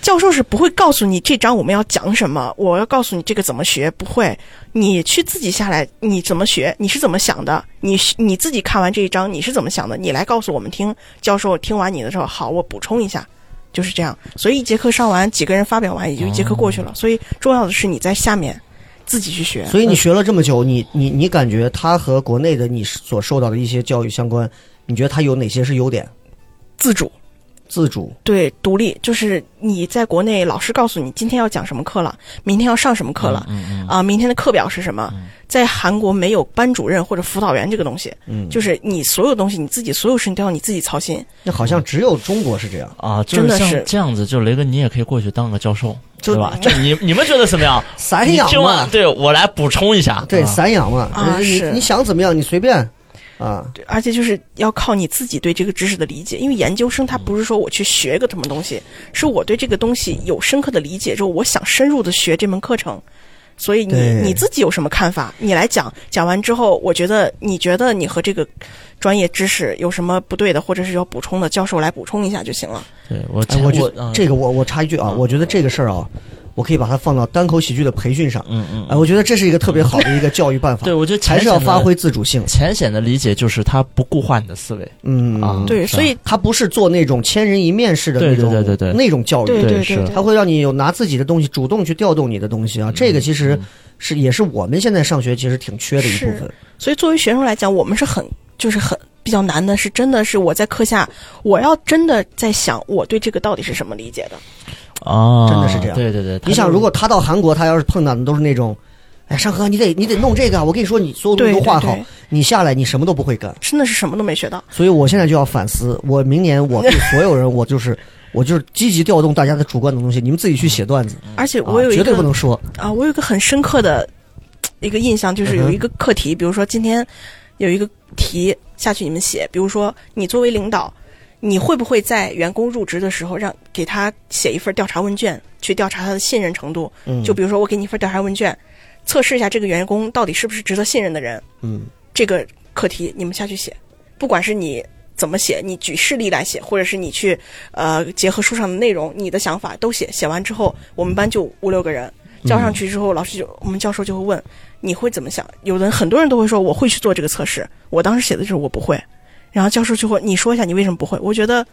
D: 教授是不会告诉你这章我们要讲什么，我要告诉你这个怎么学，不会。你去自己下来，你怎么学，你是怎么想的，你你自己看完这一章你是怎么想的，你来告诉我们听。教授听完你的时候，好，我补充一下，就是这样。所以一节课上完，几个人发表完，也就一节课过去了。所以重要的是你在下面自己去学。
B: 所以你学了这么久，你你你感觉它和国内的你所受到的一些教育相关，你觉得它有哪些是优点？
D: 自主。
B: 自主，
D: 对，独立就是你在国内，老师告诉你今天要讲什么课了，明天要上什么课了，啊，明天的课表是什么？在韩国没有班主任或者辅导员这个东西，就是你所有东西你自己所有事情都要你自己操心。
B: 那好像只有中国是这样。
C: 啊，就
D: 真
C: 是
D: 的
C: 像
D: 是
C: 这样子，就雷哥，你也可以过去当个教授，
B: 就
C: 对吧？就你你们觉得怎么 样？
B: 散
C: 你
B: 养
C: 听
B: 嘛
C: 完，，对我来补充一下，
B: 对，
C: 啊
B: 散养嘛，哎
D: 啊
B: 你
D: 是
B: 你想怎么样，你随便啊。
D: 对而且就是要靠你自己对这个知识的理解，因为研究生他不是说我去学个什么东西，是我对这个东西有深刻的理解，就是我想深入的学这门课程。所以你
B: 对
D: 你自己有什么看法？你来讲，讲完之后，我觉得你觉得你和这个专业知识有什么不对的，或者是要补充的，教授来补充一下就行了。
C: 对我
B: 哎，我觉
C: 啊
B: 这个我我插一句啊，我觉得这个事儿啊，我可以把它放到单口喜剧的培训上。
C: 嗯嗯，
B: 哎，我觉得这是一个特别好的一个教育办法。
C: 对我觉得
B: 还是要
C: 浅显
B: 发
C: 的
B: 挥自主性。
C: 浅显的理解就是他不固化你的思维，
B: 嗯
C: 啊
D: 对，
C: 是啊
D: 所以
B: 他不是做那种千人一面式的那
C: 对对
B: 种
C: 对对对
B: 那种教育。
D: 对
C: 对
D: 对
C: 是
D: 对，
B: 它会让你有拿自己的东西，主动去调动你的东西啊。这个其
C: 嗯
B: 实是也是我们现在上学其实挺缺的一部分
D: 是。所以作为学生来讲，我们是很就是很比较难的，是真的是我在课下，我要真的在想我对这个到底是什么理解的。
C: 啊，
B: 真的是这样
C: 对对对，
B: 你想，如果他到韩国，他要是碰到的都是那种，哎，上课你得你得弄这个啊，我跟你说，你所有东西都
D: 对对
B: 画好
D: 对，
B: 你下来你什么都不会干。
D: 真的是什么都没学到。
B: 所以我现在就要反思，我明年我对所有人，我就是我就是积极调动大家的主观的东西，你们自己去写段子，
D: 而且
B: 啊
D: 我有一
B: 绝对不
D: 个
B: 能说
D: 啊我有一个很深刻的一个印象，就是
B: 嗯
D: 有
B: 哼
D: 一个课题，比如说今天有一个题下去，你们写，比如说你作为领导，你会不会在员工入职的时候让给他写一份调查问卷，去调查他的信任程度？
B: 嗯
D: 就比如说我给你一份调查问卷，测试一下这个员工到底是不是值得信任的人。
B: 嗯，
D: 这个课题你们下去写。不管是你怎么写，你举事例来写，或者是你去呃结合书上的内容，你的想法都写。写完之后，我们班就五六个人交上去之后，老师就我们教授就会问你会怎么想。有人很多人都会说我会去做这个测试，我当时写的就是我不会。然后教授就会你说一下你为什么不会？我觉得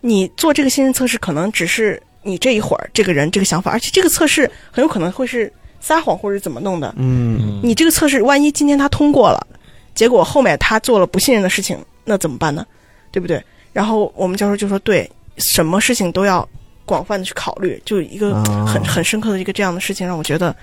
D: 你做这个信任测试可能只是你这一会儿这个人这个想法，而且这个测试很有可能会是撒谎或者怎么弄的。
B: 嗯，
D: 你这个测试万一今天他通过了，结果后面他做了不信任的事情，那怎么办呢？对不对？然后我们教授就说，对，什么事情都要广泛的去考虑，就一个
B: 啊
D: 很、很深刻的一个这样的事情，让我觉得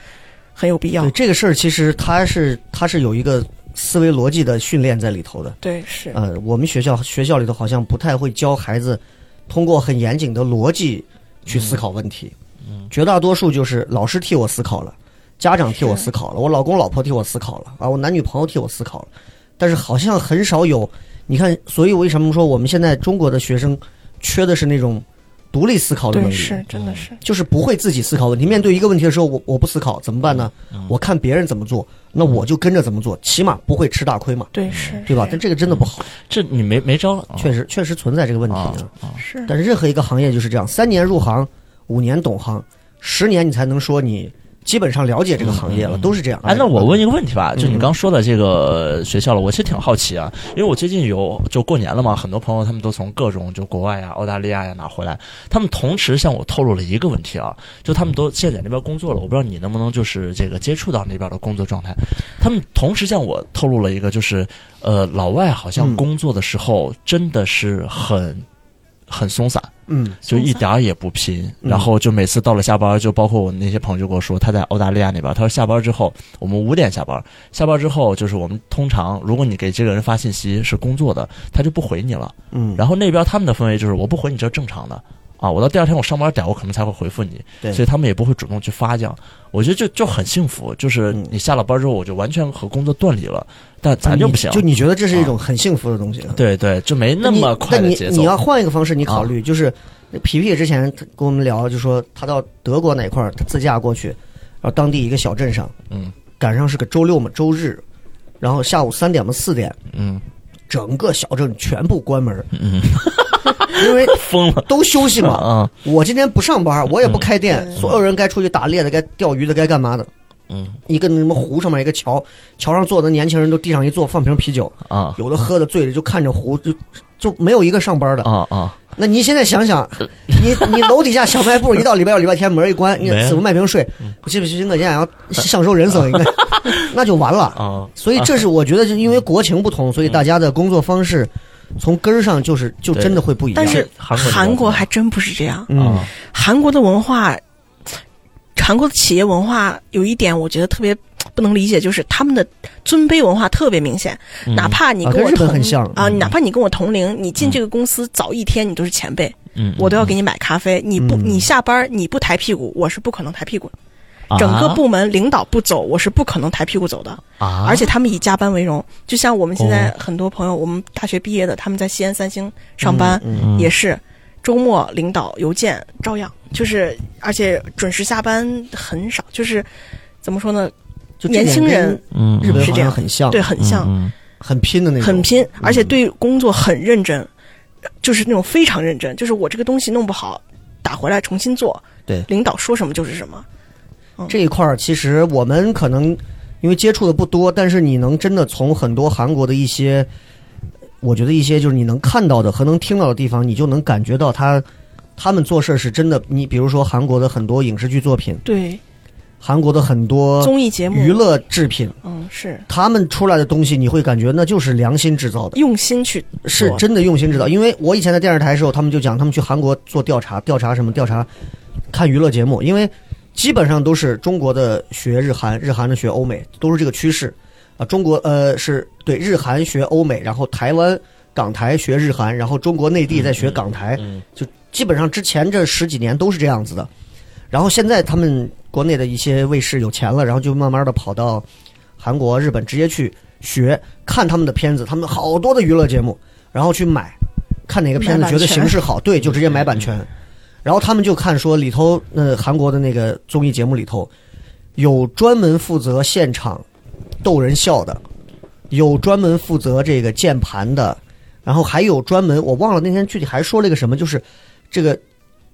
D: 很有必要
B: 对，。这个事儿其实它是它是有一个思维逻辑的训练在里头的。
D: 对，是，
B: 呃，我们学校学校里头好像不太会教孩子通过很严谨的逻辑去思考问题，嗯，绝大多数就是老师替我思考了，家长替我思考了，我老公老婆替我思考了啊，我男女朋友替我思考了，但是好像很少有，你看，所以为什么说我们现在中国的学生缺的是那种独立思考的能
D: 对，
B: 力？
D: 是，真的是，
B: 就是不会自己思考问题。面对一个问题的时候，我我不思考怎么办呢？
C: 嗯
B: 我看别人怎么做，那我就跟着怎么做，起码不会吃大亏嘛，
D: 对，是，
B: 嗯对吧？但这个真的不好，
C: 这你没没招了，
B: 确实确实存在这个哦问题
C: 嗯啊
B: 啊。
D: 是，
B: 但是任何一个行业就是这样，三年入行，五年懂行，十年你才能说你基本上了解这个行业了，都是这样。嗯
C: 哎，那我问一
B: 你，
C: 个问题吧，就你刚说的这个呃学校了，我其实挺好奇啊，因为我最近有就过年了嘛，很多朋友他们都从各种就国外呀、啊澳大利亚呀拿回来，他们同时向我透露了一个问题啊，就他们都现在在那边工作了，我不知道你能不能就是这个接触到那边的工作状态，他们同时向我透露了一个就是呃，老外好像
B: 嗯
C: 工作的时候真的是很。很松散，
B: 嗯
C: 就一点儿也不拼，
B: 嗯
C: 然后就每次到了下班儿，就包括我那些朋友就跟我说，他在澳大利亚那边儿，他说下班儿之后，我们五点下班儿，下班儿之后就是我们通常，如果你给这个人发信息是工作的，他就不回你了。
B: 嗯，
C: 然后那边他们的氛围就是我不回你这是正常的啊，我到第二天我上班点我可能才会回复你，
B: 对
C: 所以他们也不会主动去发这样，我觉得就就很幸福，就是
B: 嗯
C: 你下了班之后我就完全和工作断离了，但咱就不行，
B: 就你觉得这是一种很幸福的东西啊？
C: 对对，就没那么快
B: 但
C: 的
B: 你
C: 节
B: 但
C: 奏。
B: 你
C: 啊
B: 你要换一个方式，你考虑、就是，皮皮之前他跟我们聊，就说他到德国哪块儿，他自驾过去，然后当地一个小镇上，
C: 嗯
B: 赶上是个周六嘛，周日，然后下午三点嘛四点，
C: 嗯
B: 整个小镇全部关门，
C: 嗯，
B: 因为
C: 疯了
B: 都休息嘛。
C: 啊，
B: 我今天不上班，我也
C: 嗯
B: 不开店，所有人该出去打猎的、该钓鱼的、该干嘛的。
C: 嗯
B: 一个那什么湖上面一个桥，桥上坐的年轻人都地上一坐，放瓶啤酒，
C: 啊
B: 有的喝的醉了就看着湖，就就没有一个上班的。
C: 啊啊，
B: 那你现在想想，
C: 呃
B: 你你楼底下小卖 部一到礼拜六、礼拜天门一关，你
C: 没了
B: 死不卖瓶水，
C: 嗯
B: 我记不虚心可见，啊然后享受人生，应 该那就完了。
C: 呃啊嗯
B: 所以这是我觉得，就因为国情不同，所以大家的工作方式从根儿上就是就
C: 对
B: 真的会不一样。
D: 但是
C: 韩国
D: 韩国还真不是这样，
B: 嗯
C: 啊
D: 韩国的文化，韩国的企业文化有一点我觉得特别不能理解，就是他们的尊卑文化特别明显。
C: 嗯
D: 哪怕你
B: 啊
D: 跟
B: 跟
D: 我
B: 日
D: 同
B: 本很像
D: 啊，
B: 嗯
D: 哪怕你跟我同龄，你进这个公司早一天，你都是前辈，
C: 嗯，
D: 我都要给你买咖啡。你不，
B: 嗯
D: 你下班你不抬屁股，我是不可能抬屁股的。
C: 啊
D: 整个部门领导不走，我是不可能抬屁股走的。
C: 啊，哦
D: 而且他们以加班为荣，就像我们现在很多朋友，我们大学毕业的，他们在西安三星上班，
C: 嗯
D: 也是周末领导邮件照样，就是而且准时下班很少，就是怎么说呢，
B: 就这点
D: 年轻人
C: 嗯
B: 跟日本好
D: 是这
B: 像
D: 样
B: 很像，
D: 对，，很像，
C: 嗯
B: 很拼的那种，嗯
D: 很拼，而且对工作很认真，就是那种非常认真，就是我这个东西弄不好，打回来重新做，
B: 对
D: 领导说什么就是什么，
B: 这一块儿，其实我们可能因为接触的不多，但是你能真的从很多韩国的一些，我觉得一些就是你能看到的和能听到的地方，你就能感觉到他他们做事儿是真的。你比如说韩国的很多影视剧作品，
D: 对，
B: 韩国的很多
D: 综艺节目
B: 呃娱，乐制品，
D: 嗯，是
B: 他们出来的东西，你会感觉那就是良心制造的，
D: 用心去
B: 是
D: 做
B: 真的用心制造。因为我以前在电视台的时候，他们就讲他们去韩国做调查，调查什么？调查看娱乐节目，因为基本上都是中国的学日韩，日韩的学欧美，都是这个趋势啊。中国呃是对日韩学欧美，然后台湾港台学日韩，然后中国内地在学港台，
C: 嗯
B: 就基本上之前这十几年都是这样子的。然后现在他们国内的一些卫视有钱了，然后就慢慢的跑到韩国、日本直接去学看他们的片子，他们好多的娱乐节目，然后去买，看哪个片子嗯
D: 买版
B: 觉得
D: 权
B: 形式好，对，就直接买版权。然后他们就看说里头，呃，韩国的那个综艺节目里头，有专门负责现场逗人笑的，有专门负责这个键盘的，然后还有专门我忘了那天具体还说了一个什么，就是这个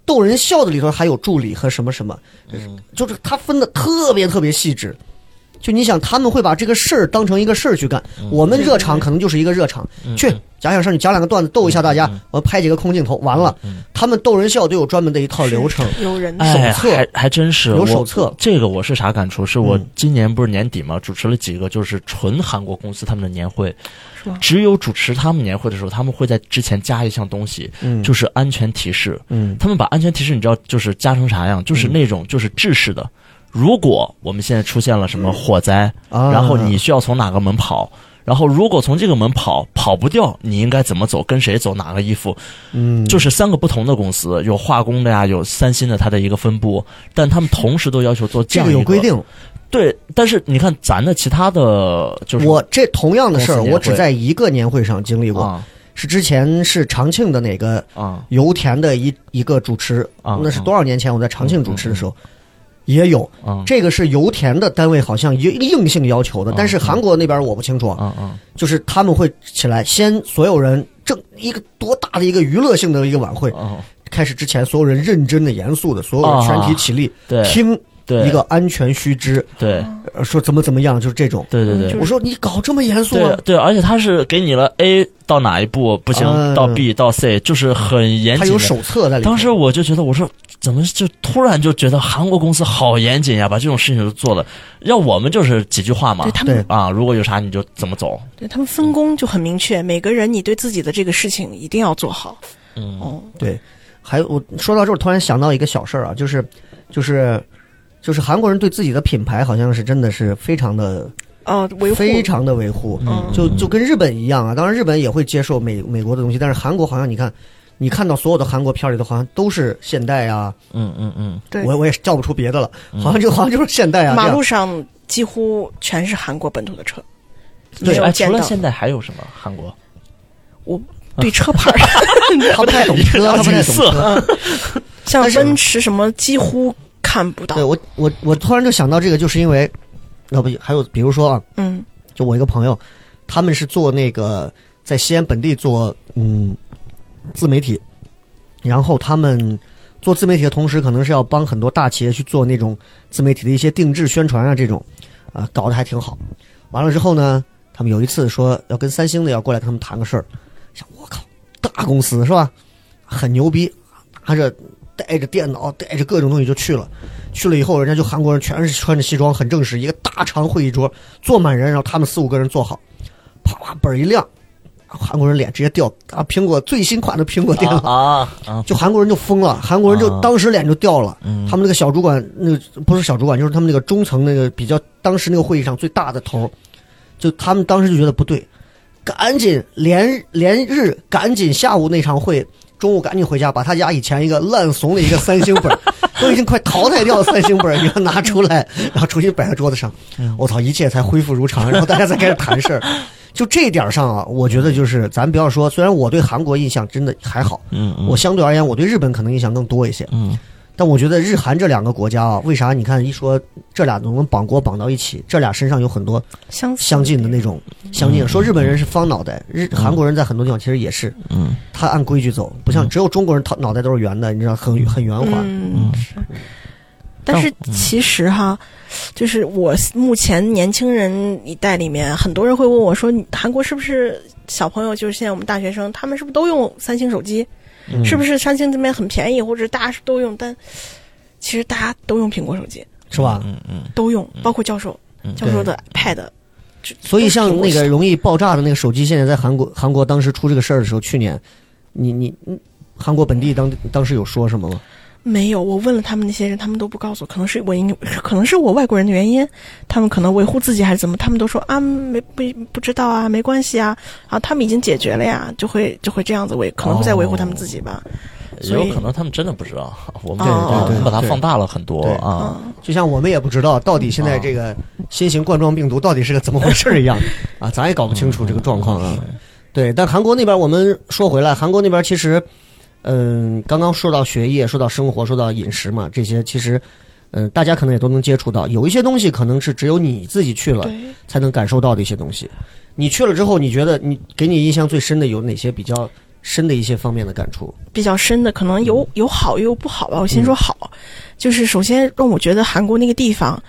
B: 逗人笑的里头还有助理和什么什么，
C: 嗯
B: 就是他分的特别特别细致。就你想，他们会把这个事儿当成一个事儿去干，
C: 嗯
B: 我们热场可能就是一个热场，去讲讲事儿，你讲两个段子逗一下大家，
C: 嗯
B: 我拍几个空镜头，完了，他们逗人笑都有专门的一套流程。
D: 有人
B: 哎
D: 嗯手
C: 哎，
B: 册
C: 还还真是
B: 有
C: 我
B: 手册
C: 这个我是啥感触？是我
B: 嗯
C: 今年不是年底嘛，主持了几个就是纯韩国公司他们的年会
D: 是吗，
C: 只有主持他们年会的时候，他们会在之前加一项东西，
B: 嗯
C: 就是安全提示。
B: 嗯
C: 他们把安全提示你知道就是加成啥样？就是那种就是制式的。如果我们现在出现了什么火灾，
B: 啊
C: 然后你需要从哪个门跑？然后如果从这个门跑跑不掉，你应该怎么走？跟谁走？哪个衣服？
B: 嗯
C: 就是三个不同的公司，有化工的呀，有三星的，它的一个分布，但他们同时都要求做
B: 这
C: 这样
B: 个
C: 一
B: 有规。定，
C: 对，但是你看咱的其他的，就是
B: 我这同样的事儿，
C: 公司年会
B: 我只在一个年会上经历过，
C: 啊
B: 是之前是重庆的哪个
C: 啊
B: 油田的一一个主持，
C: 啊嗯
B: 那是多少年前我在重庆主持的时候，也有
C: 啊
B: 这个是油田的单位好像硬硬性要
C: 嗯
B: 求的，但是韩国那边我不清楚啊，
C: 啊啊
B: 就是他们会起来先所有人正一个多大的一个娱乐性的一个晚会
C: 啊！
B: 开始之前，所有人认真的、严肃的，所有人全体起立
C: 对
B: 听
C: 啊对
B: 一个安全须知，
C: 对
B: 呃说怎么怎么样，嗯就是这种。
C: 对对对
B: 我说你搞这么严肃啊
C: 对
B: 吗？
C: 对，而且他是给你了 A 到哪一步不
B: 嗯
C: 行，到 B 到 C，就是很严
B: 他
C: 谨
B: 有
C: 的。
B: 手册在里面。
C: 当时我就觉得，我说怎么就突然就觉得韩国公司好严谨呀，把这种事情都做了。要我们就是几句话嘛
D: 对，他
B: 对
D: 们
C: 啊，如果有啥你就怎么走。
D: 对他们分工就很明确，每个人你对自己的这个事情一定要做好。
C: 嗯
D: 哦，
B: 对，还有我说到这儿，我突然想到一个小事儿啊，就是就是就是韩国人对自己的品牌好像是真的是非常的
D: 呃，维护
B: 非常的维护，
D: 嗯
B: 就就跟日本一样啊。当然日本也会接受美美国的东西，但是韩国好像你看。你看到所有的韩国片里头，好像都是现代啊，
C: 嗯嗯嗯，
D: 对
B: 我我也叫不出别的了，好像就好像就是现代啊。这
D: 马
B: 样
D: 路上几乎全是韩国本土的车，
C: 对
D: 没，有
C: 哎，
D: 见
C: 除了
D: 到
C: 现在还有什么韩 国？
D: 我对车牌儿，
B: 他不太懂车，他不太懂
C: 了解
B: 车。
D: 像
B: 但是
D: 奔驰什么几乎看不
B: 对
D: 到。
B: 我我我突然就想到这个，就是因为，要不还有比如说啊，
D: 嗯，
B: 就我一个朋友，他们是做那个在西安本地做嗯自媒体，然后他们做自媒体的同时，可能是要帮很多大企业去做那种自媒体的一些定制宣传啊这种，啊、搞得还挺好。完了之后呢，他们有一次说要跟三星的要过来跟他们谈个事儿，想我靠，大公司是吧，很牛逼，拿着带着电脑带着各种东西就去了。去了以后，人家就韩国人全是穿着西装，很正式，一个大长会议桌坐满人，然后他们四五个人坐好，啪啪本儿一亮，韩国人脸直接掉啊！苹果最新款的苹果电脑，
C: 啊啊，
B: 就韩国人就疯了，韩国人就
C: 啊
B: 当时脸就掉了。
C: 嗯
B: 他们那个小主管，那个不是小主管，就是他们那个中层那个比较当时那个会议上最大的头儿，就他们当时就觉得不对，赶紧连连日赶紧下午那场会。中午赶紧回家，把他家以前一个烂怂的一个三星本 儿，都已经快淘汰掉的三星本儿，给他拿出来，然 后重新摆在桌子上。我操，一切才恢复如常，然后大家再开始谈事儿。就这点儿上啊，我觉得就是咱不要说，虽然我对韩国印象真的还好，
C: 嗯嗯
B: 我相对而言，我对日本可能印象更多一些。
C: 嗯，
B: 但我觉得日韩这两个国家啊，为啥你看一说这俩能绑国绑到一起，这俩身上有很多
D: 相似
B: 相近的那种相近。说日本人是方脑袋，日韩国人在很多地方其实也是，
C: 嗯，
B: 他按规矩走，不像只有中国人他脑袋都是圆的，你知道很很圆滑。
D: 嗯，是。但是其实哈，就是我目前年轻人一代里面，很多人会问我说，你韩国是不是小朋友，就是现在我们大学生，他们是不是都用三星手机？
C: 嗯
B: 嗯
D: 是不是三星这边很便宜，或者大家是都用？但其实大家都用苹果手机，
B: 是吧？
C: 嗯嗯
D: 都用，包括教授，教授的 Pad。这
B: 嗯所以像那
D: 都是苹果手
B: 个
D: 机
B: 容易爆炸的那个手机，现在在韩国韩国当时出这个事儿的时候，去年，你你你韩国本地当当时有说什么吗？
D: 没有，我问了他们那些人，他们都不告诉我，可能是我应，可能是我外国人的原因，他们可能维护自己还是怎么，他们都说啊，没不不知道啊，没关系啊，啊，他们已经解决了呀，就会就会这样子维，可能会在维护他们自己吧。
C: 也
D: 所以哦
C: 有可能他们真的不知道，我们
D: 对对
C: 我们把它
B: 对
C: 放大了很多
B: 对
D: 哦
C: 啊。
B: 就像我们也不知道到底
D: 嗯
B: 现
D: 啊
B: 在这个新型冠状病毒到底是个怎么回事儿一 样啊，咱也搞不清楚这个状况
D: 嗯
B: 啊。对，但韩国那边我们说回来，韩国那边其呃实，嗯，刚刚说到学业，说到生活，说到饮食嘛，这些其实嗯、大家可能也都能接触到。有一些东西可能是只有你自己去了
D: 对
B: 才能感受到的一些东西。你去了之后，你觉得你给你印象最深的有哪些比较深的一些方面的感触？
D: 比较深的，可能有有好也有不好吧。我先
B: 嗯
D: 说好，就是首先让我觉得韩国那个地方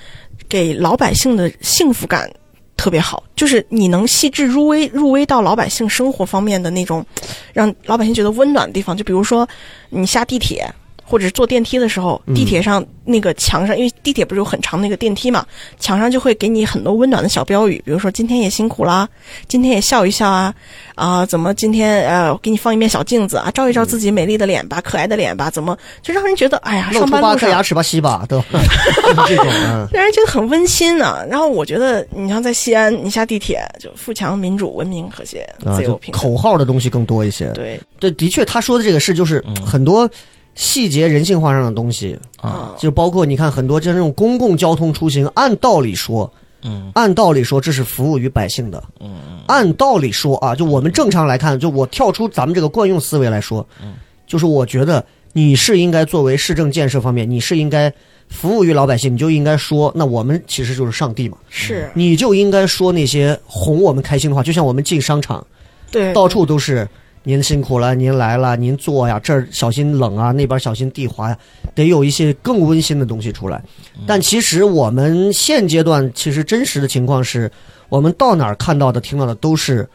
D: 给老百姓的幸福感特别好，就是你能细致入微入微到老百姓生活方面的那种，让老百姓觉得温暖的地方。就比如说你下地铁。或者是坐电梯的时候，地铁上那个墙上，因为地铁不是有很长那个电梯嘛，墙上就会给你很多温暖的小标语，比如说今天也辛苦啦，今天也笑一笑啊，啊、怎么今天呃，我给你放一面小镜子啊，照一照自己美丽的脸吧，可爱的脸吧，怎么就让人觉得哎呀，
B: 露
D: 上
B: 出
D: 班
B: 八
D: 路
B: 颗牙
D: 上
B: 齿吧，吸吧， 对吧？就是这种嗯。
D: 让人觉得很温馨啊。然后我觉得你像在西安，你下地铁就富强、民主、文明、和谐、
B: 啊，
D: 自由、
B: 就
D: 平等，
B: 口号的东西更多一些。
D: 对
B: 对，的确，他说的这个事就是很多细节人性化上的东西，
C: 啊，
B: 就包括你看很多就是那种公共交通出行，按道理说，
C: 嗯，
B: 按道理说这是服务于百姓的，嗯，按道理说啊，就我们正常来看，就我跳出咱们这个惯用思维来说，嗯，就是我觉得你是应该作为市政建设方面，你是应该服务于老百姓，你就应该说，那我们其实就是上帝嘛，
D: 是，
B: 你就应该说那些哄我们开心的话，就像我们进商场。
D: 对
B: 到处都是您辛苦了，您来了，您坐呀，这儿小心冷啊，那边小心地滑呀，得有一些更温馨的东西出来。但其实我们现阶段其实真实的情况是，我们到哪儿看到的、听到的都是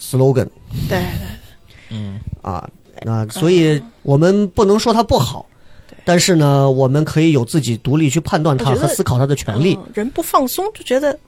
B: slogan
D: 对
C: 嗯，
B: 啊，那所以我们不能说它不好。但是呢，我们可以有自己独立去判断它
D: 我觉
B: 和
D: 得
B: 思考它的权
D: 对，
B: 利。
D: 嗯人不放松就觉得嘖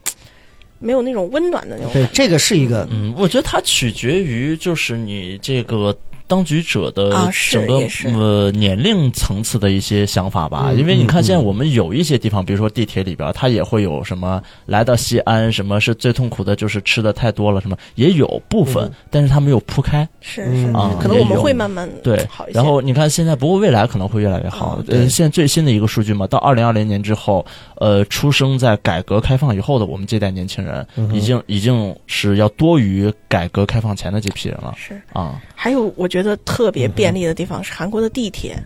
D: 没有那种温暖的那种
B: 对，这个是一个
C: 嗯，我觉得它取决于就是你这个当局者的
D: 啊是
C: 整个、
D: 也是
C: 呃年龄层次的一些想法吧。
B: 嗯
C: 因为你看，
B: 嗯
C: 现在
B: 嗯
C: 我们有一些地方，比如说地铁里边，它也会有什么来到西安，什么是最痛苦的，就是吃的太多了，什么也有部
D: 嗯
C: 分，但是它没有铺开。
D: 是
B: 嗯
D: 是，
B: 啊
D: 可能我
C: 也
D: 们
C: 有
D: 会慢慢
C: 对
D: 好一，些。
C: 然后你看现在，不过未来可能会越来越好。
D: 嗯
C: 呃，
B: 对
C: 现在最新的一个数据嘛，到二零二零年之后，呃，出生在改革开放以后的我们这代年轻人，
D: 嗯
C: 已经已经是要多于改革开放前的这批人了
D: 是，
C: 啊。
D: 还有我觉得特
B: 嗯
D: 别便利的地方是韩国的地铁、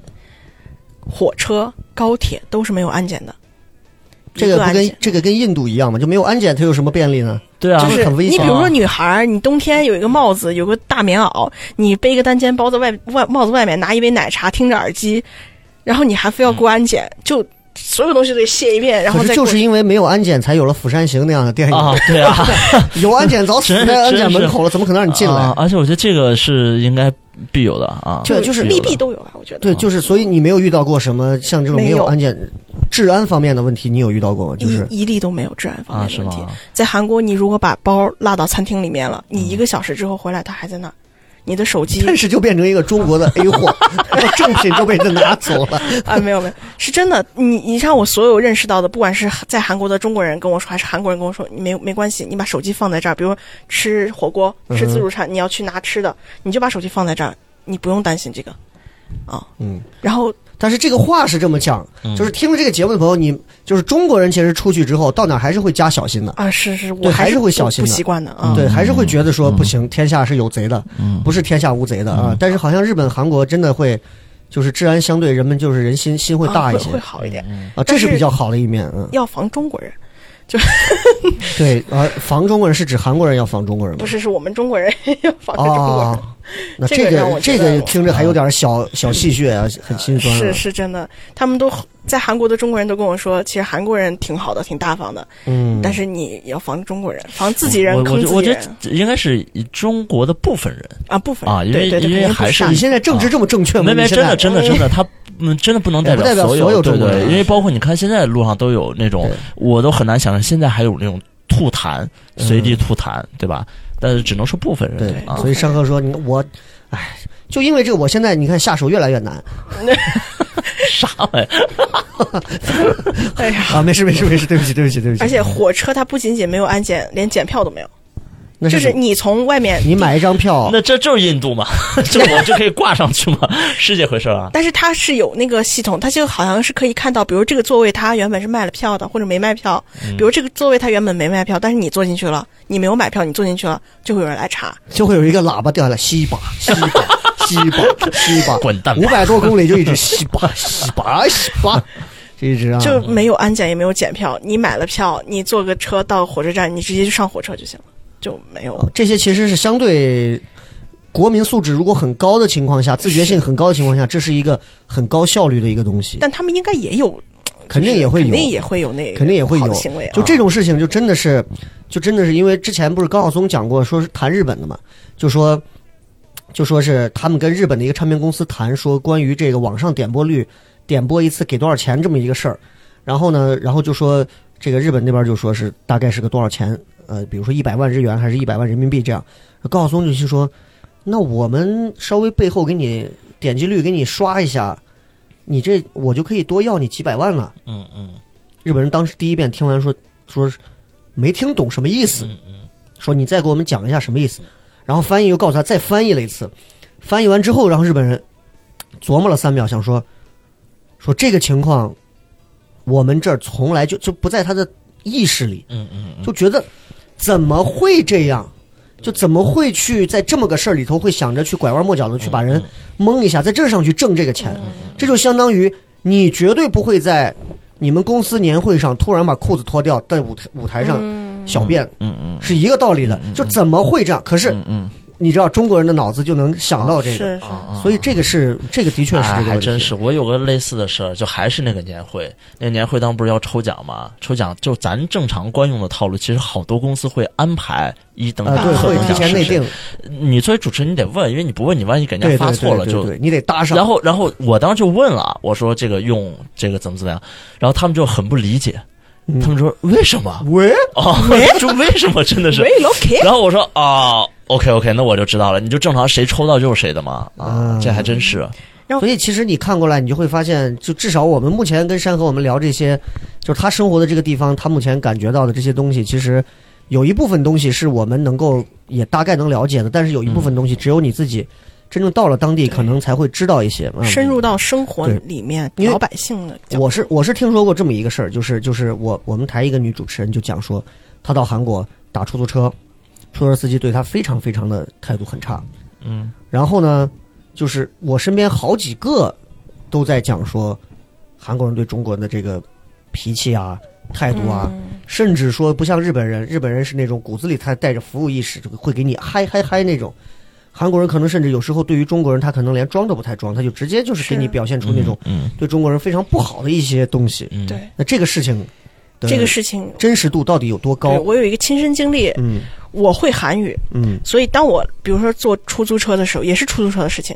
D: 火车、高铁都是没有安检的。
B: 这
D: 一
B: 个不
D: 安
B: 跟
D: 检
B: 这个跟印度一样嘛，就没有安检，它有什么便利呢？
C: 对啊，
B: 就是很危
D: 你
B: 险
D: 比如说女孩儿，你冬天有一个帽子，有个大棉袄，你背一个单肩包在外外帽子外面拿一杯奶茶，听着耳机，然后你还非要过安检，就所有东西都得卸一遍，然后
B: 可
D: 再
B: 是
D: 过
B: 就是因为没有安检，才有了《釜山行》那样的电影
C: 啊，对啊，
B: 有安检早死
C: 真
B: 在安检
C: 真是
B: 门口了，怎么可能让你进
C: 啊
B: 来？
C: 而且我觉得这个是应该必有的啊，
B: 这就是
D: 利
C: 有的
D: 弊都有啊吧，我觉得。
B: 对，就是所以你没有遇到过什么像这种没
D: 没
B: 有
D: 有
B: 安检、治安方面的问题，你有遇到过吗？就是
D: 一一例都没有治安方
C: 啊，
D: 面
C: 是
D: 的问题。
C: 吗？
D: 在韩国，你如果把包落到餐厅里面了，
B: 嗯
D: 你一个小时之后回来，它还在那儿，你的手机
B: 但是就变成一个中国的 A 货， 正品就被人家拿走了。
D: 啊，没有没有，是真的。你你像我所有认识到的，不管是在韩国的中国人跟我说，还是韩国人跟我说，你没没关系，你把手机放在这儿，比如吃火锅、
B: 嗯
D: 吃自助餐，你要去拿吃的，你就把手机放在这儿，你不用担心这个啊。
B: 嗯，
D: 然后
B: 但是这个话是这么讲，
C: 嗯
B: 就是听了这个节目的朋友，你就是中国人，其实出去之后到哪儿还是会加小心的。
D: 啊，是是，
B: 对
D: 我
B: 还
D: 是
B: 是会小
D: 不
B: 心
D: 不
B: 的嗯
D: 习惯的啊。
B: 对，还是会
C: 嗯
B: 觉得说不行，天下是有贼的，不是天下无贼的
C: 嗯
B: 啊。但是好像日本、韩国真的会，就是治安相对人们就是人心心会
D: 啊
B: 大一
D: 会
B: 些
D: 会好一点，
B: 啊，这
D: 但
B: 是
D: 是
B: 比较好的一面。嗯，
D: 要防中国人，
B: 对，啊，防中国人是指韩国人要防中国人吗？
D: 不是是我们中国人 要防着中国人。
B: 哦，那
D: 这
B: 这
D: 个让
B: 个
D: 我
B: 这
D: 觉
B: 个
D: 得
B: 听着还有点小小戏谑啊，很心酸啊。
D: 是是真的，他们都在韩国的中国人都跟我说，其实韩国人挺好的，挺大方的，
B: 嗯，
D: 但是你要防中国人，防自己人
C: 我我
D: 坑
C: 觉
D: 自
C: 得
D: 己
C: 我觉
D: 人
C: 得应该是以中国的部分人，
D: 啊，部分人
C: 啊因为
D: 对对对，
C: 因为
D: 肯定不
C: 还是
D: 善
B: 你现在政治这么正确吗？
C: 没没，
B: 你现
C: 真
B: 在
C: 的真的真的，他嗯，真的不能
B: 也
C: 代
B: 哦不
C: 表
B: 代表所有
C: 有，对
B: 中国
C: 对，
B: 人啊
C: 因为包括你看，现在路上都有那种
B: 对，
C: 我都很难想象现在还有那种吐痰，
B: 嗯
C: 随地吐痰，对吧？但是只能说部分人
B: 对
C: 啊，
B: 所以山河说你我，哎，就因为这个，我现在你看下手越来越难
C: 啥玩意儿？
D: 哎 呀，
B: 啊。没事没事没事，对不起对不起对不起。
D: 而且火车它不仅仅没有安检，连检票都没有，
B: 那
D: 就是是
B: 你
D: 你从外面
B: 你。买一张票，
C: 那这就是印度嘛， 就我就可以挂上去嘛， 是这回事儿 啊？
D: 但是它是有那个系统，它就好像是可以看到，比如这个座位它原本是卖了票的，或者没卖票。
C: 嗯
D: 比如这个座位它原本没卖票，但是你坐进去了，你没有买票，你坐进去了，就会有人来查。
B: 就会有一个喇叭掉下来，吸 吧吸吧吸吧吸吧，
C: 滚蛋吧
B: 哎五百多公里就一直吸吧吸吧吸吧。这一直啊，
D: 就没有安检也没有检票，你买了票，你坐个车到火车站，你直接就上火车就行了，就没有。
B: 哦这些其实是相对国民素质如果很高的情况下，自觉性很高的情况下，这是一个很高效率的一个东西，
D: 但他们应该也有，
B: 肯定也会有
D: 肯。定也会有那个
B: 肯定也会有
D: 好的行为啊，
B: 就这种事情，就真的是，就真的是因为之前不是高晓松讲过，说是谈日本的嘛，就说，就说是他们跟日本的一个唱片公司谈，说关于这个网上点播率，点播一次给多少钱这么一个事儿，然后呢，然后就说这个日本那边就说是大概是个多少钱，呃，比如说一百万日元还是一百万人民币这样，高晓松就去说，那我们稍微背后给你点击率给你刷一下，你这我就可以多要你几百万了。
C: 嗯嗯
B: 日本人当时第一遍听完说说是没听懂什么意思，
C: 嗯嗯，
B: 说你再给我们讲一下什么意思。然后翻译又告诉他再翻译了一次，翻译完之后，然后日本人琢磨了三秒，想说说这个情况，我们这儿从来就就不在他的意识里，
C: 嗯嗯嗯，
B: 就觉得怎么会这样。就怎么会去在这么个事儿里头会想着去拐弯抹角的去把
C: 嗯
B: 人蒙一下，在这上去挣这个钱，这就相当于你绝对不会在你们公司年会上突然把裤子脱掉，在舞台舞台上小便，
C: 嗯嗯
B: 是一个道理的。就怎么会这样？可是
C: 嗯嗯，
B: 你知道中国人的脑子就能想到这个，
D: 哦是是
B: 所以这个是这个的确是
C: 啊哎
B: 这个
C: 还
B: 问题
C: 真是，我有个类似的事儿，就还是那个年会，那个年会当时不是要抽奖嘛？抽奖就咱正常惯用的套路，其实好多公司会安排一等奖、
B: 呃，对，
C: 二
B: 会
C: 等
B: 提
C: 奖
B: 前内
C: 是谁
B: 定，
C: 你作为主持人，你得问，因为你不问，你万一给人
B: 对
C: 家
B: 对
C: 发错了
B: 对
C: 就
B: 对对你得搭上。
C: 然后，然后我当时就问了，我说这个用这个怎么怎么样，然后他们就很不理解，
B: 嗯
C: 他们说为什 么？
B: 喂，
C: 哦， 就为什么真的是？
D: Very low key
C: 然后我说啊，OK OK，那我就知道了，你就正常谁抽到就是谁的嘛啊，
B: 嗯
C: 这还真是，
B: 所以其实你看过来，你就会发现，就至少我们目前跟山河我们聊这些，就是他生活的这个地方，他目前感觉到的这些东西，其实有一部分东西是我们能够也大概能了解的，但是有一部分东西只有你自己真正到了当地，可能才会知道一些。嗯
D: 深入到生活
B: 对
D: 里面
B: 因为
D: 老百姓的角度。
B: 我是我是听说过这么一个事儿，就是就是我我们台一个女主持人就讲说，她到韩国打出租车，出租车司机对她非常非常的态度很差。
C: 嗯
B: 然后呢，就是我身边好几个都在讲说，韩国人对中国人的这个脾气啊、态度啊，甚至说不像日本人，日本人是那种骨子里他带着服务意识，就会给你嗨嗨嗨那种。韩国人可能甚至有时候对于中国人，他可能连装都不太装，他就直接就是给
D: 是
B: 你表现出那种
C: 嗯
B: 对中国人非常不好的一些东西。
C: 嗯，
D: 对
B: 那这个事情的
D: 这个事情，
B: 真实度到底有多
D: 对
B: 高？
D: 我有一个亲身经历，
B: 嗯
D: 我会韩语，
B: 嗯
D: 所以当我比如说坐出租车的时候，也是出租车的事情，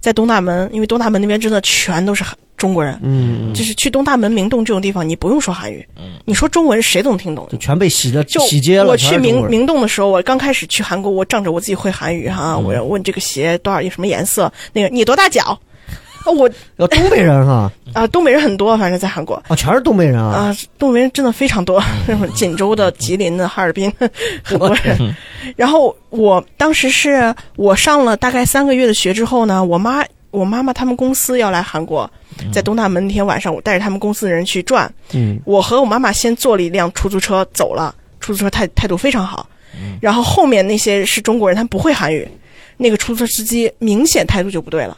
D: 在东大门，因为东大门那边真的全都是韩中国人，
B: 嗯，
D: 就是去东大门、明洞这种地方，你不用说韩语，你说中文谁都能听懂。
B: 就全被洗的
D: 就
B: 洗街了。
D: 我
B: 全
D: 去
B: 是中
D: 明
B: 国人
D: 明洞的时候，我刚开始去韩国，我仗着我自己会韩语哈，
B: 嗯
D: 我要问这个鞋多少有什么颜色，那个你多大脚？啊我
B: 要东北人 哈、啊，
D: 啊，东北人很多，反正在韩国
B: 全是东北人啊。
D: 啊，东北人真的非常多，
B: 嗯
D: 锦州的、吉林的、哈尔滨 很多
B: 嗯
D: 人。然后我当时是我上了大概三个月的学之后呢，我妈、我妈妈他们公司要来韩国，在东大门那天晚上，我带着他们公司的人去转，
B: 嗯
D: 我和我妈妈先坐了一辆出租车走了，出租车态态度非常好。
B: 嗯
D: 然后后面那些是中国人，他们不会韩语，那个出租车司机明显态度就不对了，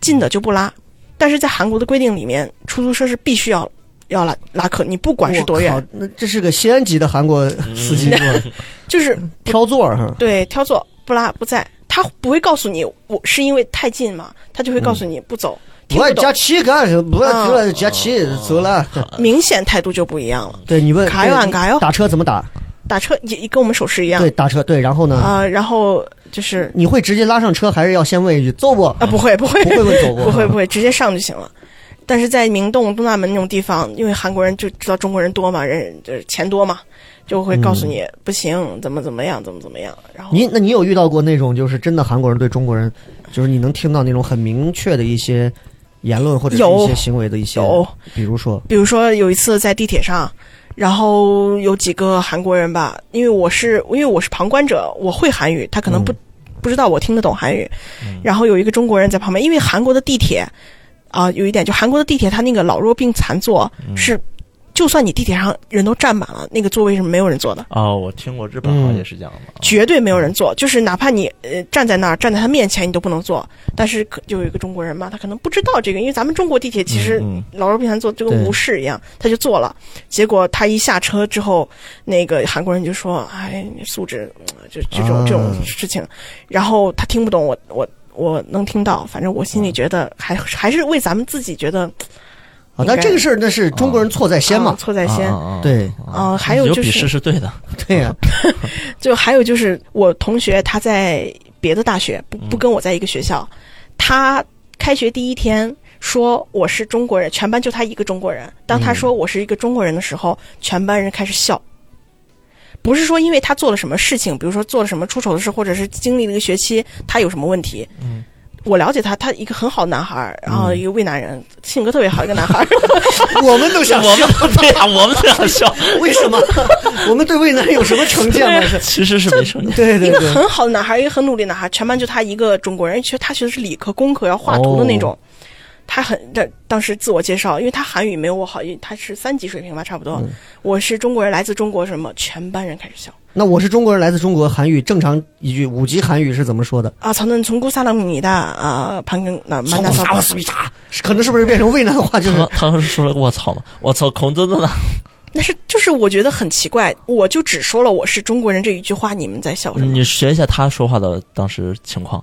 D: 近的就不拉。但是在韩国的规定里面，出租车是必须要要拉拉客，你不管是多
B: 我
D: 远
B: 靠，那这是个西安籍的韩国司机是 吧？
D: 就是
B: 挑座儿哈。
D: 对挑座不拉不在，他不会告诉你我是因为太近嘛，他就会告诉你不走，听
B: 我嗯爱
D: 不
B: 加
D: 懂，啊
B: 七干，不爱走了，加七走了。
D: 明显态度就不一样了。
B: 对你问
D: 卡哟啊
B: 对
D: 卡哟
B: 打车怎么打？
D: 打车也也跟我们手势一样
B: 对，打车对，然后呢？
D: 啊、然后就是
B: 你会直接拉上车，还是要先问一句走不？
D: 啊，不会不会
B: 不会问走不？
D: 不会不会，直接上就行了。但是在明洞、东大门那种地方，因为韩国人就知道中国人多嘛，人就是钱多嘛，就会告诉你、不行，怎么怎么样，怎么怎么样。然后
B: 你那你有遇到过那种就是真的韩国人对中国人，就是你能听到那种很明确的一些言论或者是
D: 有
B: 一些行为的一些，
D: 有
B: 比如说
D: 比如说有一次在地铁上，然后有几个韩国人吧，因为我是因为我是旁观者，我会韩语，他可
C: 嗯
D: 能不、不知道我听得懂韩语。然后有一个中国人在旁边，
C: 嗯
D: 因为韩国的地铁啊、有一点就韩国的地铁，它那个老弱病残座是。就算你地铁上人都站满了，那个座位是没有人坐的，
C: 哦，我听过日本好像也是这样的。
D: 绝对没有人
C: 嗯
D: 坐。就是哪怕你呃站在那儿，站在他面前，你都不能坐。但是可就有一个中国人嘛，他可能不知道这个，因为咱们中国地铁其实
C: 嗯
D: 老弱病残坐就跟
B: 对
D: 无视一样，他就坐了。结果他一下车之后，哎那个韩国人就说：“哎，你素质嗯就这种
B: 啊
D: 这种事情。”然后他听不懂我我。我能听到，反正我心里觉得还还是为咱们自己觉得
B: 啊，但这个事儿那是中国人错在先
D: 啊
B: 嘛，
D: 错在先。
C: 啊，
B: 对
D: 啊还有就
C: 有
D: 是
C: 鄙视是对的，
B: 对呀，
D: 就还有就是我同学他在别的大学不不跟我在一个学校，他开学第一天说我是中国人，全班就他一个中国人。当他说我是一个中国人的时候，全班人开始笑。不是说因为他做了什么事情，比如说做了什么出丑的事，或者是经历了一个学期他有什么问题。我了解他，他一个很好的男孩儿，然后一个渭南人，性格特别好，一个男孩儿。
B: 我们都想
C: 我
B: 笑
C: 们，对呀，我们这样笑，
B: 为什么？ 我们对渭南有什么成见吗？是
C: 其实是没成年。
B: 对
D: 一
B: 对
D: 个
B: 对，
D: 很好的男孩，一个很努力的男孩，全班就他一个中国人，其实他学的是理科、工科，要画图的那种。他很，这当时自我介绍，因为他韩语没有我好，因为他是三级水平吧，差不多。我是中国人，来自中国什么？全班人开始笑
B: 那我是中国人，来自中国，韩语正常一句五级韩语是怎么说的？
D: 啊！저는중국사람입니다啊，방금나만나서
B: 我思密达，可能是不是变成 渭南话就是
C: 他他是说了我操吗？我操，孔真的呢？
D: 那是就是我觉得很奇怪，我就只说了我是中国人这一句话，你们在笑什么？
C: 你学一下他说话的当时情况。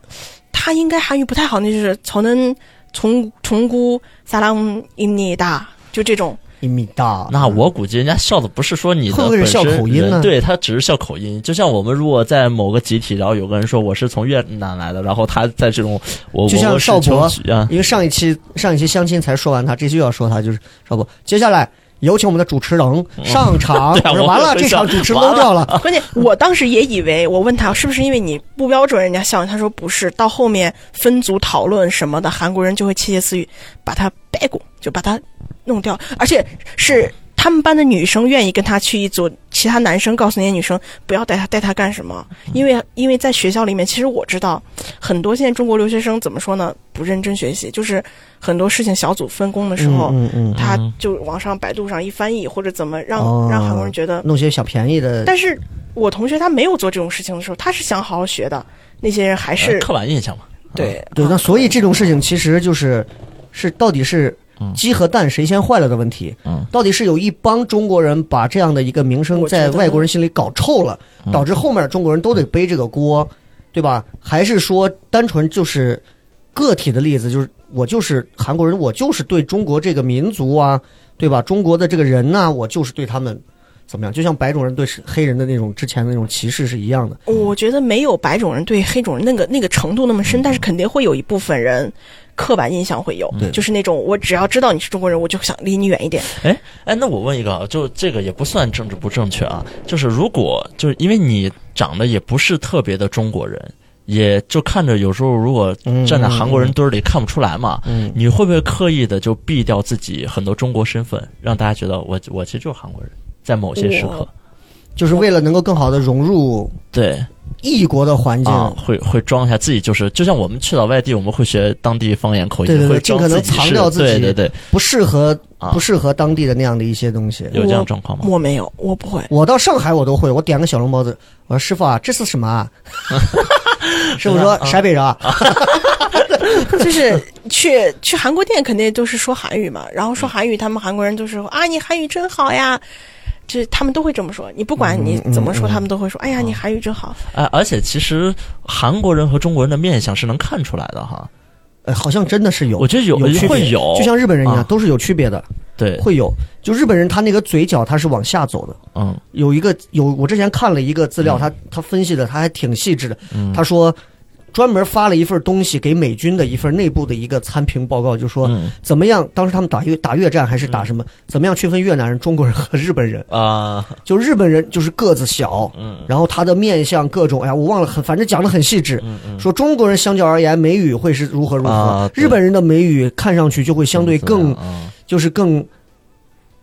D: 他应该韩语不太好，那就是저는중중국사람입니다，就这种。
B: 一米大？
C: 那我估计人家笑的不是说你的
B: 会不会是
C: 本身
B: 笑口音呢
C: 人对他只是笑口音。就像我们如果在某个集体，然后有个人说我是从越南来的，然后他在这种我
B: 就像
C: 我是
B: 邵博
C: 从啊，
B: 因为上一期上一期相亲才说完他，这期又要说他，就是要不接下来有请我们的主持人上场。
C: 对啊
B: 我说
C: 我
B: 完了，
C: 会
B: 这场
C: 笑
B: 主持
C: 完
B: low 掉了。
D: 关键我当时也以为，我问他是不是因为你不标准，人家笑你，他说不是。到后面分组讨论什么的，韩国人就会窃窃私语，把他掰过，就把他弄掉，而且是。他们班的女生愿意跟他去一组，其他男生告诉那些女生不要带他，带他干什么？
B: 嗯
D: 因为因为在学校里面，其实我知道很多现在中国留学生怎么说呢？不认真学习，就是很多事情小组分工的时候，
B: 嗯嗯，
D: 他就往上百度上一翻译，或者怎么让、
B: 哦
D: 让韩国人觉得
B: 弄些小便宜的，
D: 但是我同学他没有做这种事情的时候，他是想好好学的。那些人还是、
C: 呃刻板印象嘛。
D: 对
B: 对，
D: 啊
B: 那所以这种事情其实就是是到底是
C: 嗯
B: 鸡和蛋谁先坏了的问题。
C: 嗯，
B: 到底是有一帮中国人把这样的一个名声
D: 我觉
B: 在
D: 得
B: 外国人心里搞臭了，
C: 嗯
B: 导致后面中国人都得背这个锅，对吧？还是说单纯就是个体的例子，就是我就是韩国人，我就是对中国这个民族啊，对吧？中国的这个人呐、我就是对他们。怎么样？就像白种人对黑人的那种之前的那种歧视是一样的。
C: 嗯
D: 我觉得没有白种人对黑种人那个那个程度那么深，但是肯定会有一部分人刻板印象会有，就是那种我只要知道你是中国人，我就想离你远一点。
C: 哎哎，那我问一个啊，就这个也不算政治不正确啊，就是如果就是因为你长得也不是特别的中国人，也就看着有时候如果站在韩国人堆儿里看不出来嘛，
B: 嗯
C: 你会不会刻意的就避掉自己很多中国身份，让大家觉得我我其实就是韩国人，在某些时刻
D: 我，
B: 就是为了能够更好的融入
C: 对
B: 异国的环境，
C: 啊，会会装一下自己就是，就像我们去到外地，我们会学当地方言口音，
B: 对对对
C: 会装
B: 尽可能
C: 自己
B: 藏
C: 是
B: 掉自己
C: 对对对，
B: 不适合
C: 啊
B: 不适合当地的那样的一些东西。
C: 有这样状况吗？
D: 我没有，我 不会。
B: 我到上海我都会，我点个小笼包子，我说师傅啊，这是什么啊？ 师傅 说陕北人啊，
D: 就是去去韩国店，肯定都是说韩语嘛。然后说韩语，他们韩国人就是说啊，你韩语真好呀，就是他们都会这么说。你不管
C: 嗯
D: 你怎么说，他们都会说，哎呀，你韩语真好。
C: 哎，而且其实韩国人和中国人的面相是能看出来的哈。
B: 呃，好像真的是有，
C: 我觉得有
B: 区别
C: 会有
B: 就像日本人一样，
C: 啊
B: 都是有区别的，
C: 对，
B: 会有。就日本人他那个嘴角他是往下走的，
C: 嗯，
B: 有一个有我之前看了一个资料，他他分析的他还挺细致的，他说。专门发了一份东西给美军的一份内部的一个参评报告，就说
C: 嗯
B: 怎么样，当时他们打越打越战还是打什么，怎么样区分越南人、中国人和日本人。
C: 啊，
B: 就日本人就是个子小，
C: 嗯，
B: 然后他的面相各种，哎呀，我忘了很，反正讲的很细致，嗯嗯，说中国人相较而言眉宇会是如何如何，
C: 啊对
B: 日本人的眉宇看上去就会相对更、
C: 嗯
B: 就是更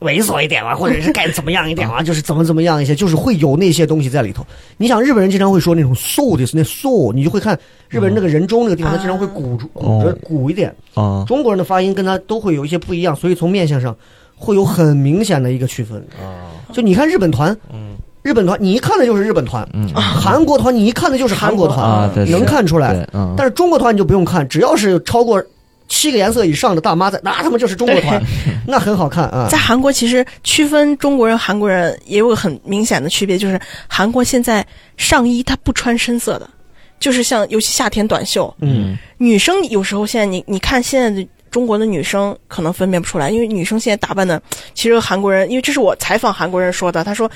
B: 猥琐一点啊，或者是该怎么样一点啊，就是怎么怎么样一些，就是会有那些东西在里头。你想日本人经常会说那种 so 的那 so，你就会看日本人那个人中那个地方，他经常会鼓住
C: 哦
B: 鼓着鼓一点，
C: 啊
B: 中国人的发音跟他都会有一些不一样，所以从面相上会有很明显的一个区分。
C: 啊，
B: 就你看日本团，
C: 嗯
B: 日本团你一看的就是日本团，
C: 嗯
B: 韩国团你一看的就是韩国团，
C: 啊，对，
B: 能看出来。
C: 对，嗯，
B: 但是中国团你就不用看，只要是超过七个颜色以上的大妈在，那他们就是中国 团，那很好看啊
D: 在。韩国其实区分中国人、韩国人也有个很明显的区别，就是韩国现在上衣它不穿深色的，就是像尤其夏天短袖，
B: 嗯，
D: 女生有时候现在你你看现在的中国的女生可能分辨不出来，因为女生现在打扮的，其实韩国人，因为这是我采访韩国人说的，他说，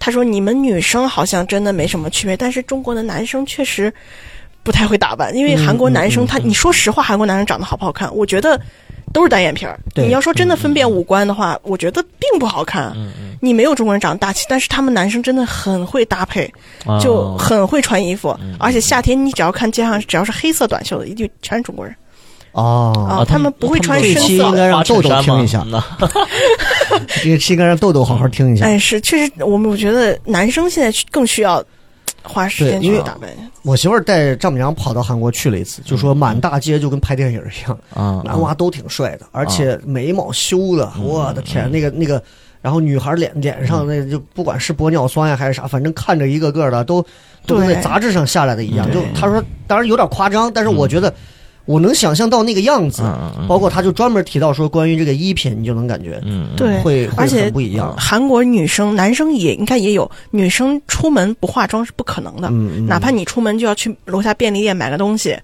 D: 他说你们女生好像真的没什么区别，但是中国的男生确实不太会打扮，因为韩国男生他，你说实话，韩国男生长得好不好看，我觉得都是单眼皮儿。
B: 对
D: 你要说真的分辨五官的话，我觉得并不好看。你没有中国人长得大气，但是他们男生真的很会搭配。就
C: 啊
D: 很会穿衣服，而且夏天你只要看街上，只要是黑色短袖的，一定全是中国人
B: 哦，
D: 啊，
C: 他们
D: 们不会
C: 他
D: 穿
C: 们
B: 这
D: 深
B: 期
D: 色
B: 应该
D: 的。
B: 让豆豆
C: 花衬衫
B: 听
C: 吗
B: 一下，
C: 那
B: 这期应该让豆豆好好听一下。
D: 哎，是，确实，我们我觉得男生现在更需要花时间
B: 对因为
D: 去打扮。
B: 我媳妇儿带丈母娘跑到韩国去了一次，就说满大街就跟拍电影一样，
C: 啊，嗯
B: 男娃都挺帅的，而且眉毛修的，我的天，那个那个，然后女孩脸脸上那个就不管是玻尿酸呀还是啥，反正看着一个个的都都跟那
D: 对
B: 杂志上下来的一样。就
D: 对
B: 她说，当然有点夸张，但是我觉得我能想象到那个样子。
C: 嗯嗯
B: 包括她就专门提到说，关于这个衣品，你就能感觉
C: 嗯，嗯，
D: 对，
B: 会会
D: 而且
B: 很不一样。
D: 韩国女生、男生也应该也有，女生出门不化妆是不可能的，
B: 嗯，嗯
D: 哪怕你出门就要去楼下便利店买个东西，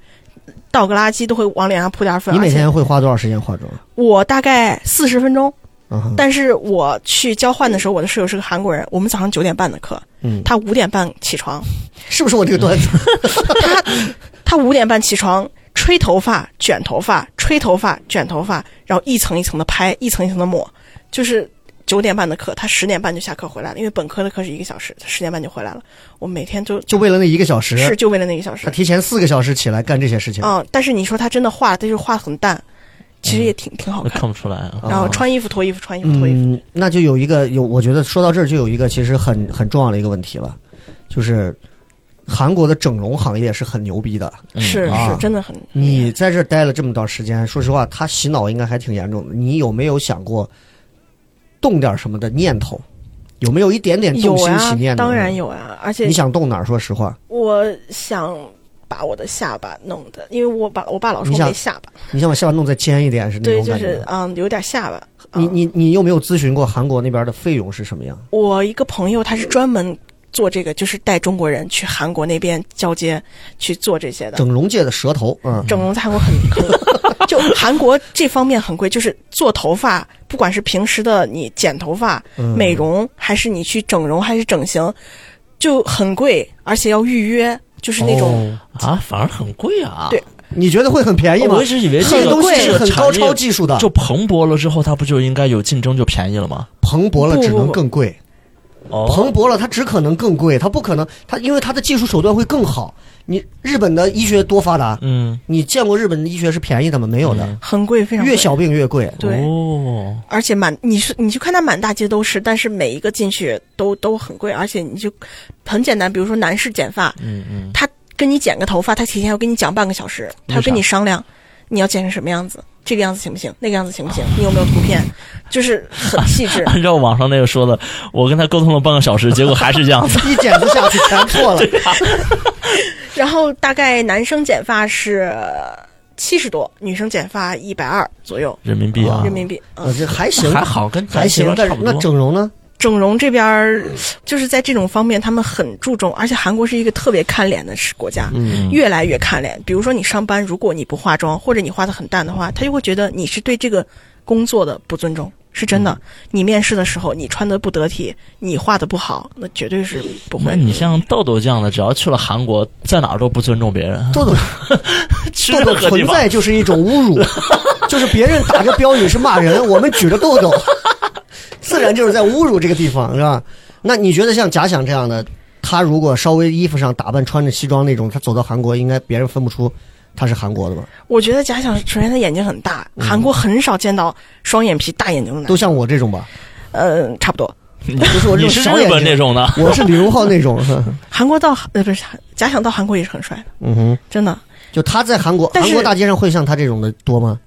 D: 倒个垃圾都会往脸上扑点粉。
B: 你每
D: 而且
B: 天会花多少时间化妆？
D: 我大概四十分钟，
B: 嗯哼
D: 但是我去交换的时候，我的室友是个韩国人，我们早上九点半的课，
B: 嗯，
D: 他五点半起床，
B: 是不是我这个段 子？
D: 他五点半起床吹头发、卷头发、吹头发、卷头发，然后一层一层的拍，一层一层的抹，就是。九点半的课，他十点半就下课回来了，因为本科的课是一个小时，他十点半就回来了。我每天就
B: 就为了那一个小时，
D: 是就为了那一个小时
B: 他，提前四个小时起来干这些事情。
D: 嗯，但是你说他真的画，他就是画得很淡，其实也挺、挺好
C: 那
D: 看。
C: 看不出来啊。
D: 然后穿衣服脱衣服，穿衣服脱衣服，
B: 嗯，那就有一个有，我觉得说到这儿就有一个其实很很重要的一个问题了，就是韩国的整容行业是很牛逼的。
C: 嗯
D: 是、
B: 啊
D: 是真的很。
B: 你在这儿待了这么段时间，说实话，他洗脑应该还挺严重的。你有没有想过动点什么的念头？有没有一点点
D: 有
B: 动心起
D: 呀、
B: 念的？嗯
D: 当然。有啊，而且
B: 你想动哪儿？说实话，
D: 我想把我的下巴弄的，因为我爸我爸老说
B: 你
D: 我
B: 想
D: 没下巴，
B: 你想把下巴弄再尖一点是那
D: 对，
B: 种
D: 就
B: 感觉
D: 是
B: 吗。
D: 嗯有点下巴。
B: 你
D: 嗯
B: 你你有没有咨询过韩国那边的费用是什么样？
D: 我一个朋友他是专门做这个，就是带中国人去韩国那边交接去做这些的。
B: 整容界的舌头，嗯，
D: 整容在韩国很很， 就韩国这方面很贵，就是做头发，不管是平时的你剪头发、
B: 嗯
D: 美容，还是你去整容还是整形，就很贵，而且要预约，就是那种、
B: 哦
C: 啊，反而很贵啊。
D: 对
B: 你觉得会很便宜吗？
C: 我一直以为
B: 这个
C: 这个
B: 东西
C: 这
B: 是
C: 个
B: 很
C: 产
B: 高
C: 业
B: 超技术的，
C: 就蓬勃了之后，它不就应该有竞争就便宜了吗？
B: 蓬勃了只
D: 不不
B: 能
D: 不
B: 更贵，
C: 哦
B: 蓬勃了它只可能更贵，它不可能它因为它的技术手段会更好。你日本的医学多发达，
C: 嗯，
B: 你见过日本的医学是便宜的吗？没有的，
D: 很贵，非常贵
B: 越小病越贵。
D: 对。
C: 哦，
D: 而且满你是你去看它满大街都是，但是每一个进去都都很贵，而且你就很简单，比如说男士剪发，
C: 嗯嗯，。
D: 他跟你剪个头发，他提前要跟你讲半个小时，他要跟你商量你要剪成什么样子，这个样子行不行，那个样子行不行，你有没有图片，就是很细致
C: 按照网上那个说的，我跟他沟通了半个小时，结果还是这 样子。
B: 一剪子下去全错 了，
D: 然后大概男生剪发是七十多，女生剪发一百二左右
C: 人民币啊，
D: 人民币。嗯
B: 呃，这还行，
C: 还好跟咱
B: 还
C: 这
B: 行。
C: 边
B: 但
C: 差
B: 是
C: 不
B: 那
C: 多。
B: 整容呢？
D: 整容这边儿就是在这种方面，他们很注重，而且韩国是一个特别看脸的是国家。
B: 嗯
D: 越来越看脸。比如说你上班，如果你不化妆或者你化的很淡的话，他就会觉得你是对这个工作的不尊重，是真的。你面试的时候你穿的不得体，你化的不好，那绝对是不
C: 那
D: 会。
C: 你像豆豆这样的，只要去了韩国，在哪儿都不尊重别人，
B: 豆豆
C: 去
B: 豆豆
C: 任何地
B: 存
C: 方。
B: 在就是一种侮 辱，就是别人打着标语是骂人，我们举着豆豆，自然就是在侮辱这个地方，是吧？那你觉得像假想这样的，他如果稍微衣服上打扮穿着西装那种，他走到韩国，应该别人分不出他是韩国的吧？
D: 我觉得假想，首先他眼睛很大，韩国很少见到双眼皮大眼睛的男
B: 都
D: 人，
B: 像我这种吧，
D: 呃，差不多。
B: 就是我这
C: 你
B: 种
C: 是
B: 小
C: 日
B: 眼
C: 本
B: 睛
C: 那，种的，
B: 我是李荣浩那 种，呵呵
D: 韩国到呃不是假想到韩国也是很帅的，
B: 嗯哼，
D: 真的。
B: 就他在韩国，
D: 但
B: 韩
D: 是
B: 国大街上会像他这种的多吗？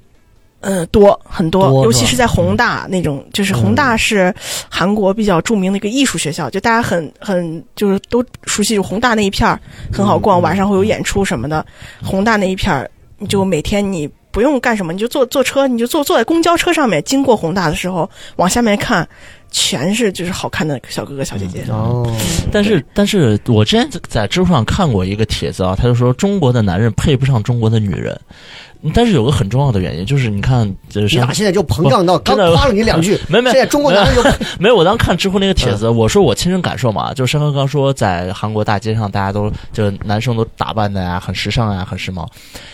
D: 呃，多很多，
B: 多
D: 尤
B: 是
D: 其
B: 吧嗯
D: 是在宏大那种，就是宏大是韩国比较著名的一个艺术学校，就大家很很就是都熟悉，就宏大那一片儿很好
B: 嗯
D: 逛，晚上会有演出什么的。宏大那一片儿，你就每天你不用干什么，你就坐坐车，你就坐坐在公交车上面，经过宏大的时候，往下面看，全是就是好看的小哥哥小姐
C: 嗯
D: 姐。
B: 哦，
C: 但是，但是我之前在知乎上看过一个帖子啊，他就说中国的男人配不上中国的女人，但是有个很重要的原因，就是你看，就是
B: 你
C: 像
B: 俩现在就膨胀到
C: 不
B: 刚
C: 真的
B: 夸了你两句，
C: 没没
B: 现在中国男人就
C: 没有，我当时看知乎那个帖子，
B: 嗯
C: 我说我亲身感受嘛，就是山河刚说在韩国大街上，大家都就男生都打扮的呀、很时尚啊呀、很时髦。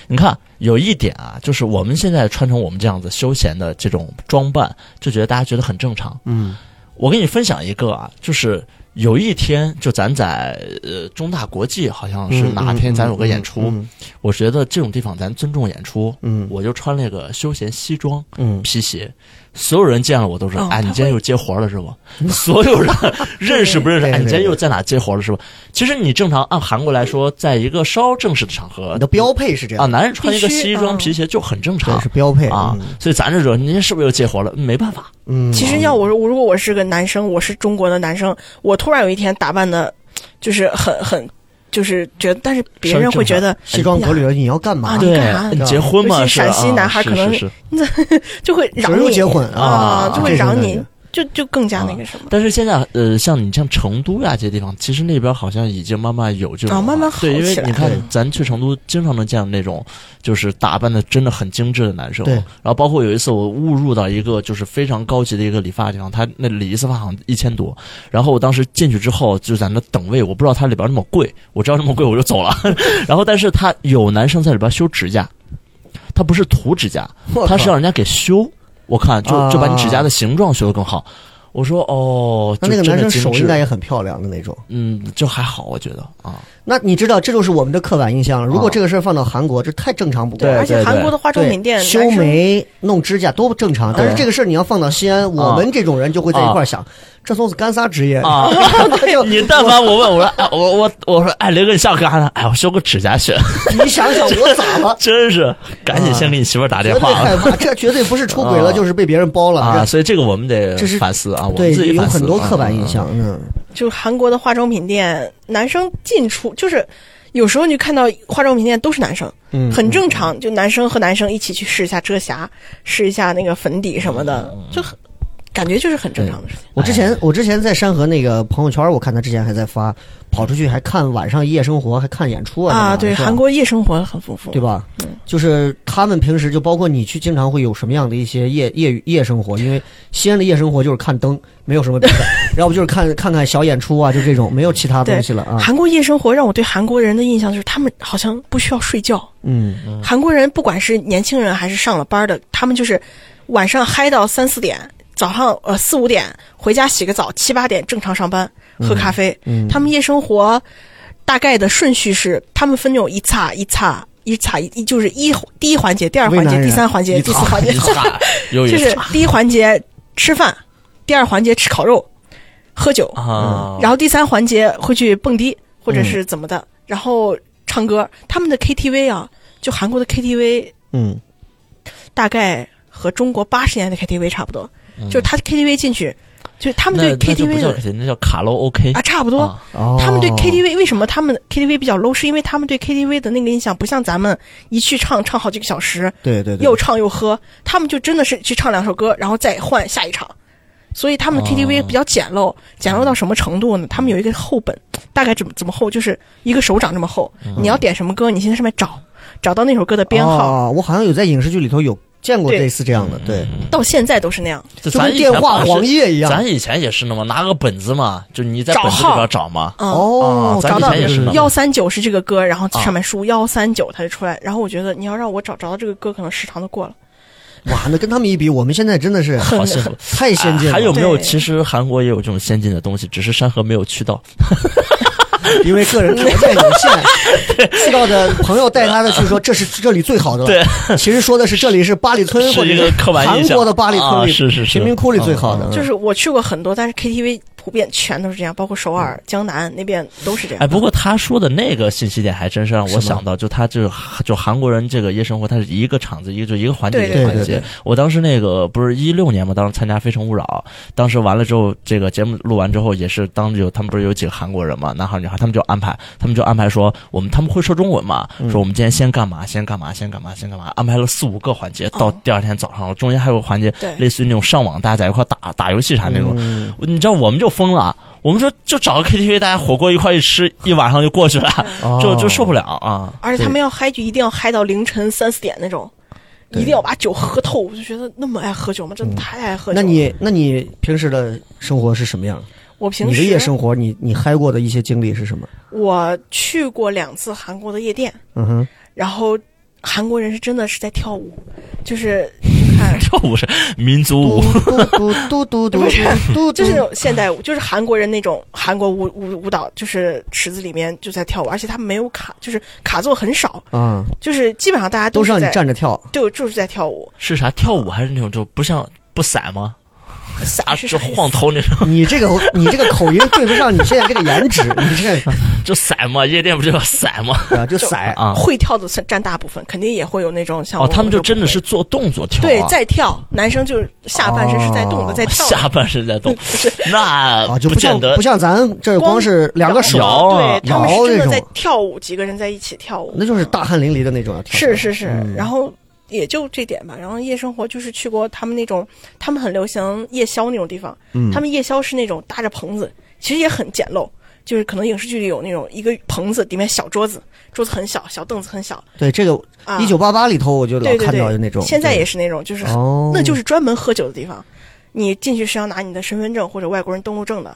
C: 你看有一点啊，就是我们现在穿成我们这样子休闲的这种装扮，就觉得大家觉得很正常。
B: 嗯，
C: 我给你分享一个啊，就是有一天，就咱在呃中大国际好像是哪天咱有个演出，
B: 嗯
C: 我觉得这种地方咱尊重演出，
B: 嗯
C: 我就穿了个休闲西装，
B: 嗯
C: 皮鞋，所有人见了我都是，
D: 哦
C: 哎，你
D: 他
C: 今天
D: 会
C: 又接活了是吧？ 所有 人认识不认识？
B: 对
C: 哎，
B: 对
C: 你今天
B: 对
C: 又在哪接活了是吧？其实你正常按韩国来说，在一个稍正式的场合
B: 你的标配是这
C: 啊，
B: 样，
C: 男人穿一个
D: 必须
C: 西装
D: 嗯
C: 皮鞋就很正常
B: 对，是标配
C: 啊，所以咱这种，您是不是又接活了？没办法，
B: 嗯，
D: 其实要我说，我如果我是个男生，我是中国的男生，我突然有一天打扮的，就是很很，就是觉得，但是别人会觉得
B: 西装革履了，你要干嘛
D: 啊？
C: 对
D: 干嘛，
C: 你结婚嘛
D: 尤其
C: 是吧
D: 陕西男孩
C: 啊是
D: 可能
C: 是是
D: 就会
B: 什
D: 嚷
B: 么时候
D: 你
B: 结婚
D: 啊，
C: 啊
D: 就会
B: 这种
D: 嚷
B: 感
D: 你
B: 觉，啊
D: 就就更加那个什么。
C: 但是现在，呃，像你像成都呀、这些地方，其实那边好像已经慢慢有这种
D: 啊慢慢
C: 文化对，因为
D: 好起来
C: 你看
B: 对
C: 咱去成都，经常能见到那种就是打扮的真的很精致的男生。哦
B: 对
C: 然后包括有一次我误入到一个就是非常高级的一个理发地方，他那理一次发好像一千多，然后我当时进去之后就在那等位，我不知道它里边那么贵，我知道那么贵我就走了。 然后但是他有男生在里边修指甲，他不是涂指甲，
B: 我靠啊
C: 他是让人家给修，我看就就把你指甲的形状修得更好。我说哦，
B: 那
C: 就
B: 那个
C: 真
B: 男
C: 的
B: 生
C: 精
B: 手
C: 致
B: 应该也很漂亮的那种。
C: 嗯，就还好，我觉得啊，
B: 那你知道，这就是我们的刻板印象了。如果
C: 啊
B: 这个事儿放到韩国，这太正常不过了。
D: 而且
C: 对对
D: 韩国的化妆
B: 对
D: 品店
B: 修
D: 男生
B: 眉、弄指甲都正常，但是
C: 对
B: 这个事儿你要放到西安，我们这种人就会在一块儿想，这都是干啥职业
C: 啊？
B: 他就
C: 你但凡我问我说，哎，我我我说，哎，雷哥你笑干啥呢？哎，我修个指甲去，
B: 你想想我咋了？
C: 真是，赶紧先给你媳妇 儿打
B: 绝
C: 电
B: 对
C: 话
B: 害
C: 啊
B: 怕，这绝对不是出轨了，
C: 啊
B: 就是被别人包了。
C: 啊！
B: 这
C: 所以这个我们得
B: 这是
C: 反思啊，我们
B: 对
C: 自己
B: 有
C: 反思
B: 很多
C: 啊
B: 刻板印象。嗯，
D: 就韩国的化妆品店，男生进出就是有时候你看到化妆品店都是男生，
B: 嗯
D: 很正常，就男生和男生一起去试一下遮瑕，试一下那个粉底什么的，
B: 嗯
D: 就很感觉就是很正常的事情。
B: 我之
C: 哎
B: 前我之前在山河那个朋友圈，我看他之前还在发，跑出去还看晚上夜生活，还看演出啊
D: 啊，
B: 什么
D: 对，
B: 的是吧
D: 韩国嗯夜生活很丰富，
B: 对吧？就是他们平时就包括你去，经常会有什么样的一些夜夜夜生活？因为西安的夜生活就是看灯，没有什么别的， 要不就是看看看小演出啊，就这种，没有其他东西了啊。
D: 韩国夜生活让我对韩国人的印象就是，他们好像不需要睡觉。
B: 嗯，
D: 韩国人不管是年轻人还是上了班的，他们就是晚上嗨到三四点，早上呃四五点回家洗个澡，七八点正常上班，喝咖啡。他们夜生活大概的顺序是，他们分那种一擦一擦一擦一，就是一第一环节、第二环
B: 为
D: 节、
B: 难人
D: 第三环节、
C: 一
D: 第四
C: 擦
D: 环 节
C: 一，擦又
D: 就
C: 一
D: 是
C: 擦
D: 第一环节吃饭，第二环节吃烤肉、喝
B: 嗯
D: 酒，
C: 啊，
D: 然后第三环节会去蹦迪或者是怎么的，然后唱歌。他们的 KTV 啊，就韩国的 KTV
B: 嗯，
D: 大概和中国八十年代的 KTV 差不多，就是他 KTV 进去，就是他们
C: 嗯那
D: 对
C: 那就不
D: KTV
C: 叫
D: 的
C: KTV，那叫卡拉 OK
D: 啊差不多。
C: 啊
B: 哦，
D: 他们对 KTV 为什么他们 KTV 比较 low，是因为他们对 KTV 的那个印象不像咱们一去唱唱好几个小时，
B: 对对对，
D: 又唱又喝，他们就真的是去唱两首歌，然后再换下一场。所以他
C: 哦
D: 们的 KTV 比较简陋，简陋到什么程度呢？他们有一个厚本，大概怎么怎么厚，就是一个手掌这么厚。
C: 嗯
D: 你要点什么歌，你先在上面找，找到那首歌的编号，
B: 哦，我好像有在影视剧里头有见过
D: 对
B: 类似这样的，对，
D: 到现在都是那样。
C: 就
B: 就
C: 咱
B: 跟
C: 以前
B: 电话
C: 不是
B: 黄页一样。
C: 咱以前也是那么拿个本子嘛，就你在
D: 找
C: 本子里
D: 号
C: 边找嘛，
D: 嗯、
B: 哦
C: 啊，咱
D: 找
C: 以
D: 到
C: 前也是
B: 嗯
C: 那么
D: 幺三九是这个歌，然
B: 啊
D: 后上面输幺三九，它就出来。然后我觉得你要让我找找到这个歌，可能时长都过了。
B: 哇，那跟他们一比，我们现在真的 是
C: 好幸福。
B: 太嗯先进了。
C: 啊还有没有？
D: 对
C: 其实韩国也有这种先进的东西，只是山河没有去到。
B: 因为个人条件有 限，去到的朋友带他的去说这是这里最好的了。对，其实说的是这里是八里村或
C: 是
B: 者
C: 一个刻板印象
B: 韩国的八里村里，
C: 啊是是是
B: 贫民窟里最好的。
D: 就是我去过很多，但是 KTV 普遍全都是这样，包括首
B: 嗯
D: 尔、江南那边都是这样。
C: 哎，不过他说的那个信息点还真是让
B: 是
C: 我
B: 吗
C: 想到，就他就就韩国人这个夜生活，他是一个场子一个就一个环节
D: 对
C: 一个环
B: 对对
C: 节。我当时那个不是一六年嘛，当时参加《非诚勿扰》，当时完了之后，这个节目录完之后，也是当时有他们不是有几个韩国人嘛，男孩女孩，他们就安排，他们就安排说我们他们会说中文嘛，
B: 嗯
C: 说我们今天先干嘛，先干嘛，先干嘛，先干嘛，安排了四五个环节，到
D: 哦
C: 第二天早上，中间还有个环节
D: 对
C: 类似于那种上网大家在一块打打游戏啥那种，
B: 嗯
C: 你知道我们就疯了，啊我们说就找个 KTV，大家火锅一块一吃，一晚上就过去了，
D: 哦
C: 就就受不了啊。
D: 而且他们要嗨就一定要嗨到凌晨三四点那种，一定要把酒喝透。我就觉得那么爱喝酒吗？真的太爱喝
B: 嗯
C: 嗯
D: 酒
B: 那
D: 了。
B: 你那你平时的生活是什么样？
D: 我
B: 你
D: 平
B: 的夜
D: 时
B: 生活，你你嗨过的一些经历是什么？
D: 我去过两次韩国的夜店，
B: 嗯 哼，
D: 然后韩国人是真的是在跳舞，就是你看
C: 跳舞是民族
B: 嘟
C: 舞，
B: 嘟嘟嘟嘟嘟嘟，
D: 就是那种现代舞，就是韩国人那种韩国舞舞舞蹈，就是池子里面就在跳舞，而且他们没有卡，就是卡座很少，
B: 啊，
D: 就是基本上大家
B: 都
D: 是
B: 是让你
D: 在
B: 站着 跳，
D: 对，就是在跳舞，
C: 是啥跳舞还是那种就不像不散吗？
D: 撒
C: 啊，
D: 是
C: 就
D: 啥意思
C: 晃头那种，
B: 你这个你这个口音对不上你现在这个颜值，你这
C: 就散嘛，夜店不就要散吗？
B: 个啊就甩啊，
C: 啊，
D: 会跳的算占大部分，肯定也会有那种像
C: 哦，
D: 我
C: 他们就
D: 不
C: 真的
D: 会
C: 是做动作跳、啊，哦
D: 对在跳，男生就是下半身是在动的，在跳 的，
C: 下半身 在动，那
B: 啊就不像
C: 呃见得
B: 不像咱这光是两个手
C: 摇，啊
D: 对，他们
B: 摇
D: 是真
B: 这
D: 的
B: 种
D: 在跳舞，几个人在一起跳舞，
B: 那就是大汗淋漓的那种啊。跳
D: 是是是，然后也就这点吧。然后夜生活就是去过他们那种，他们很流行夜宵那种地方。
B: 嗯
D: 他们夜宵是那种搭着棚子，其实也很简陋，就是可能影视剧里有那种一个棚子里面小桌子，桌子很小，小凳子很小
B: 对这个
D: 啊。
B: 一九八八里头我就老
D: 对对
B: 看
D: 对
B: 到有那种，
D: 现在
B: 对
D: 也是那种，就是很、
B: 哦，
D: 那就是专门喝酒的地方。你进去是要拿你的身份证或者外国人登录证的，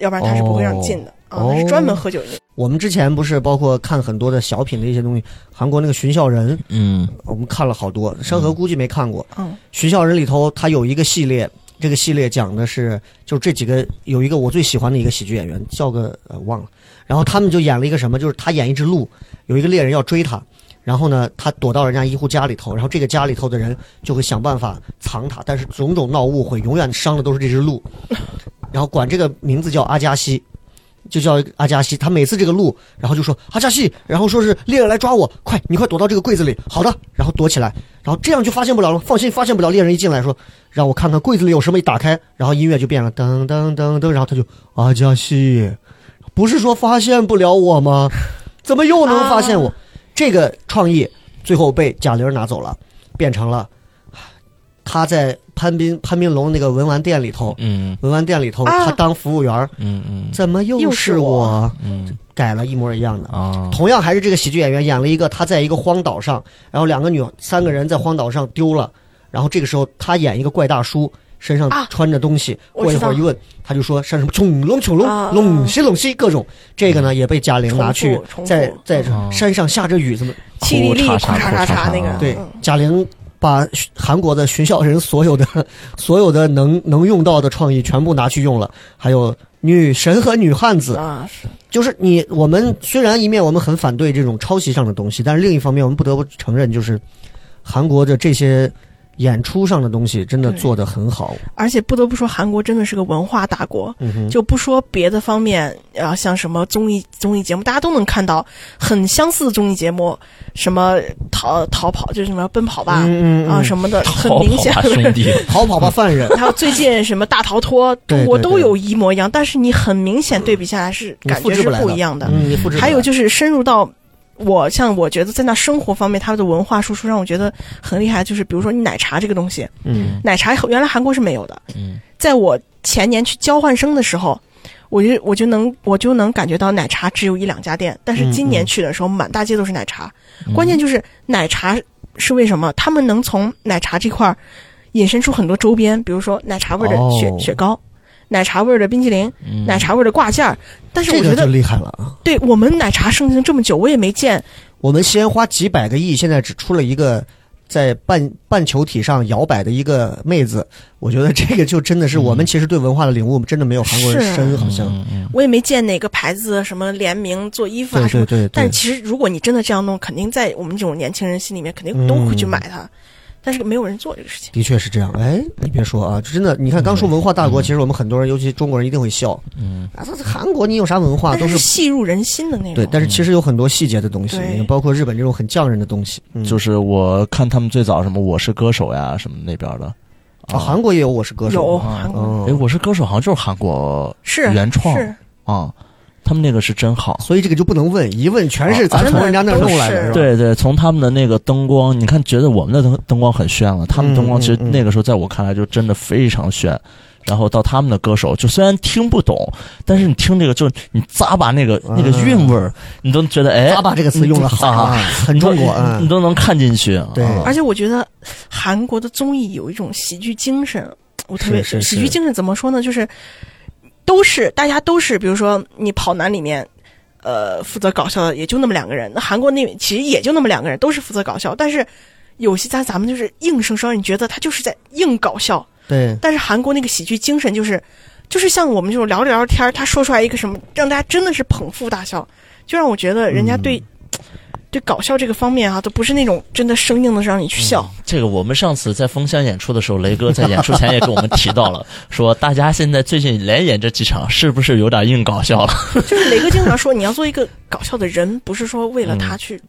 D: 要不然他是不会让你进的、
B: 哦
D: 啊。那是专门喝酒的地方
B: 我们之前不是包括看很多的小品的一些东西，韩国那个《寻笑人》，
C: 嗯，
B: 我们看了好多，山河估计没看过。
D: 嗯，
B: 寻笑人》里头它有一个系列，这个系列讲的是就这几个有一个我最喜欢的一个喜剧演员，叫个呃忘了，然后他们就演了一个什么，就是他演一只鹿，有一个猎人要追他。然后呢，他躲到人家一户家里头，然后这个家里头的人就会想办法藏他，但是种种闹误会，永远伤的都是这只鹿。然后管这个名字叫阿加西，就叫阿加西，他每次这个路，然后就说阿加西，然后说是猎人来抓我，快你快躲到这个柜子里，好的，然后躲起来，然后这样就发现不了了，放心发现不了。猎人一进来说，让我看看柜子里有什么，一打开，然后音乐就变了，噔噔噔噔，然后他就阿加西，不是说发现不了我吗？怎么又能发现我？这个创意最后被贾玲拿走了，变成了他在潘斌潘斌龙那个文玩店里头，
C: 嗯
B: 文玩店里头
D: 啊
B: 他当服务员儿，
C: 嗯嗯
B: 怎么又
D: 又
B: 是
D: 是我
B: 我
C: 嗯
B: 改了一模一样的。
C: 啊，
B: 同样还是这个喜剧演员演了一个，他在一个荒岛上，然后两个女三个人在荒岛上丢了，然后这个时候他演一个怪大叔，身上
D: 啊
B: 穿着东西，
D: 我
B: 过一
D: 知
B: 会
D: 道
B: 儿一问，他就说像什么穷龙穷龙
D: 啊
B: 龙西龙西各种，这个呢也被贾玲拿去
D: 重复重复
B: 在在
C: 嗯
B: 山上下着雨怎么
D: 淅沥沥、
C: 哭
D: 哭
C: 叉叉
D: 嚓
C: 哭
D: 嚓
C: 叉叉
D: 那个，
B: 对
D: 嗯
B: 贾玲。把韩国的寻笑人所有的、 所有的能能用到的创意全部拿去用了，还有女神和女汉子，
D: 啊，是
B: 就是你，我们虽然一面我们很反对这种抄袭上的东西，但是另一方面，我们不得不承认，就是韩国的这些演出上的东西真的
D: 对
B: 做得很好。
D: 而且不得不说，韩国真的是个文化大国。
B: 嗯哼，
D: 就不说别的方面，啊，像什么综艺综艺节目，大家都能看到很相似的综艺节目，什么逃逃跑，就是什么奔跑吧、
B: 嗯嗯嗯
D: 啊什么的，很
C: 逃
D: 明
C: 跑
D: 显，
C: 吧兄弟，
B: 逃跑吧犯人
D: 还有最近什么大逃脱，
B: 对 对
D: 中国都
B: 对
D: 有一模一样，但是你很明显对比下来是
B: 你
D: 感
B: 复
D: 觉
B: 制
D: 是
B: 不来
D: 不一样的。
B: 嗯，你复制不来。
D: 还有就是深入到我，像我觉得在那生活方面，他的文化输出让我觉得很厉害。就是比如说你奶茶这个东西，
B: 嗯，
D: 奶茶原来韩国是没有的，
C: 嗯
D: 在我前年去交换生的时候，我就我就能我就能感觉到奶茶只有一两家店，但
B: 嗯
D: 是今年去的时候，满大街都是奶茶。
C: 嗯
D: 关键就是奶茶是为什么？他们能从奶茶这块儿引申出很多周边，比如说奶茶味儿的雪、
B: 哦
D: 雪糕。奶茶味儿的冰淇淋，
C: 嗯
D: 奶茶味儿的挂件儿，但是我
B: 这
D: 觉
B: 个就
D: 得，
B: 厉害了啊！
D: 对我们奶茶盛行这么久，我也没见
B: 我们西安花几百个亿，现在只出了一个在半半球体上摇摆的一个妹子，我觉得这个就真的是我们其实对文化的领悟真的没有韩国人
D: 是
B: 深，好像。
C: 嗯嗯
D: 我也没见哪个牌子什么联名做衣服啊
B: 对
D: 什么
B: 对对对嗯
D: 但其实如果你真的这样弄，肯定在我们这种年轻人心里面，肯定都会去买它。但是没有人做这个事情。
B: 的确是这样。哎，你别说啊，真的，你看刚说文化大国，其实我们很多人，尤其中国人一定会笑，
C: 嗯，
B: 啊，这这韩国你有啥文化
D: 但
B: 都是
D: 是 细入人心的那种。
B: 对，但是其实有很多细节的东西
D: 对，
B: 包括日本这种很匠人的东西。嗯，
C: 就是我看他们最早什么《我是歌手》呀，什么那边的。
B: 啊，韩国也有《我是歌
D: 有
B: 手》。
D: 韩国
B: 嗯
C: 哎，，我是歌手好像就是韩国
D: 是
C: 原创
D: 是
C: 啊，他们那个是真好。
B: 所以这个就不能问，一问全是咱
D: 啊
B: 从人家那儿弄来的，
D: 真的
B: 是吧？
C: 对对，从他们的那个灯光，你看，觉得我们的灯灯光很炫了，他们灯光其实
B: 嗯嗯嗯
C: 那个时候在我看来就真的非常炫。然后到他们的歌手，就虽然听不懂，但是你听这个，就你咂巴那个、那个韵味儿，你都觉得哎，
B: 嗯咂巴这个词用的好，啊
C: 啊，
B: 很中国
C: 你
B: 啊
C: 都你。都能看进去。
B: 对
C: 啊
D: 而且我觉得韩国的综艺有一种喜剧精神， 我特别
B: 是是是
D: 喜剧精神怎么说呢？就是都是大家都是，比如说你跑男里面。呃，负责搞笑的也就那么两个人，那韩国那边其实也就那么两个人，都是负责搞笑。但是有些咱咱们就是硬生生让你觉得他就是在硬搞笑，
B: 对，
D: 但是韩国那个喜剧精神就是，就是像我们这种聊着聊着天儿，他说出来一个什么，让大家真的是捧腹大笑，就让我觉得人家对、
B: 嗯
D: 对搞笑这个方面啊，都不是那种真的生硬的让你去笑。
C: 这个我们上次在封箱演出的时候，雷哥在演出前也跟我们提到了，说大家现在最近连演这几场，是不是有点硬搞笑了？
B: 嗯
D: 就是雷哥经常说，你要做一个搞笑的人，不是说为了
B: 嗯
D: 他去，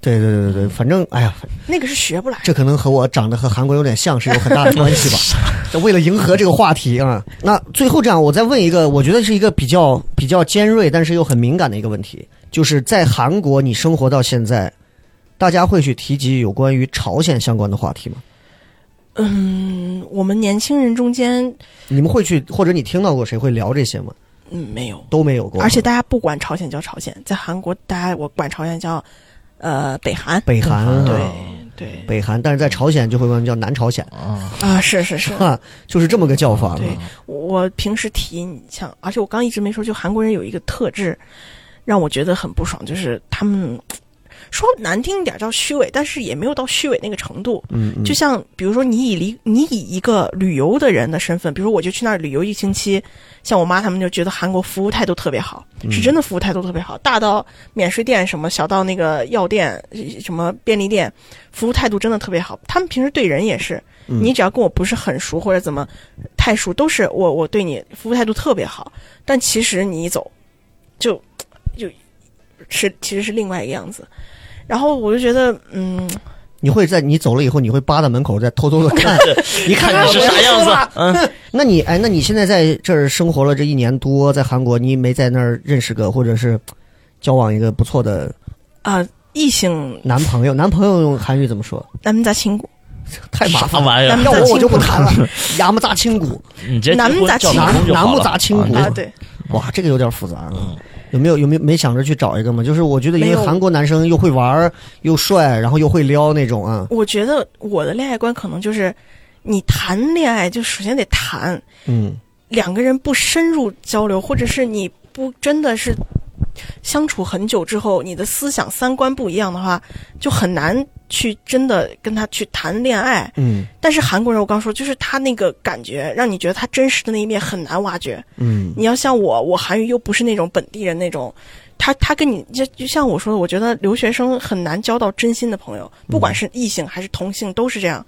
B: 对对对对对，反正哎呀，
D: 那个是学不来的。
B: 这可能和我长得和韩国有点像是有很大的关系吧。 这为了迎合这个话题啊，那最后这样，我再问一个，我觉得是一个比较比较尖锐，但是又很敏感的一个问题，就是在韩国你生活到现在，大家会去提及有关于朝鲜相关的话题吗？
D: 嗯，我们年轻人中间，
B: 你们会去，或者你听到过谁会聊这些吗？
D: 嗯，没有。
B: 都没有过。
D: 而且大家不管朝鲜叫朝鲜，在韩国大家我管朝鲜叫，呃，北韩。
B: 北韩啊，
D: 对对
B: 北韩，但是在朝鲜就会管叫南朝鲜，
D: 啊，是是是。
B: 哈，就是这么个叫法。
D: 对我我平时提你像，而且我刚一直没说，就韩国人有一个特质，让我觉得很不爽，就是他们说难听一点叫虚伪，但是也没有到虚伪那个程度。
B: 嗯，嗯
D: 就像比如说，你以离你以一个旅游的人的身份，比如说我就去那儿旅游一星期，像我妈他们就觉得韩国服务态度特别好，
B: 嗯
D: 是真的服务态度特别好，大到免税店什么，小到那个药店、什么便利店，服务态度真的特别好。他们平时对人也是，
B: 嗯
D: 你只要跟我不是很熟或者怎么太熟，都是我我对你服务态度特别好，但其实你一走，就就是其实是另外一个样子。然后我就觉得，嗯，
B: 你会在你走了以后，你会扒到门口再偷偷的 看，一看
C: 看你是啥样子？嗯，
B: 那你哎，那你现在在这儿生活了这一年多，在韩国，你没在那儿认识个或者是交往一个不错的
D: 啊、异性
B: 男朋友？男朋友用韩语怎么说？
D: 咱们在亲姑，
B: 太麻
C: 啥
B: 烦了，
C: 玩意儿？
B: 要我我就不谈了。 牙木扎青骨，嗯
C: 你直接
D: 男的
C: 叫
D: 亲
C: 老
B: 男
C: 公就
B: 男
C: 好
B: 木
C: 了
B: 扎 青骨
C: 啊
D: 啊，对，
B: 哇，这个有点复杂啊。有没有有没有没想着去找一个吗？就是我觉得，因
D: 没
B: 为
D: 有
B: 韩国男生又会玩儿又帅，然后又会撩那种啊。
D: 我觉得我的恋爱观可能就是，你谈恋爱就首先得谈，
B: 嗯，
D: 两个人不深入交流，或者是你不真的是相处很久之后，你的思想三观不一样的话，就很难去真的跟他去谈恋爱。
B: 嗯
D: 但是韩国人，我刚说，就是他那个感觉，让你觉得他真实的那一面很难挖掘。
B: 嗯
D: 你要像我，我韩语又不是那种本地人那种，他他跟你就就像我说的，我觉得留学生很难交到真心的朋友，不管是异性还是同性都是这样，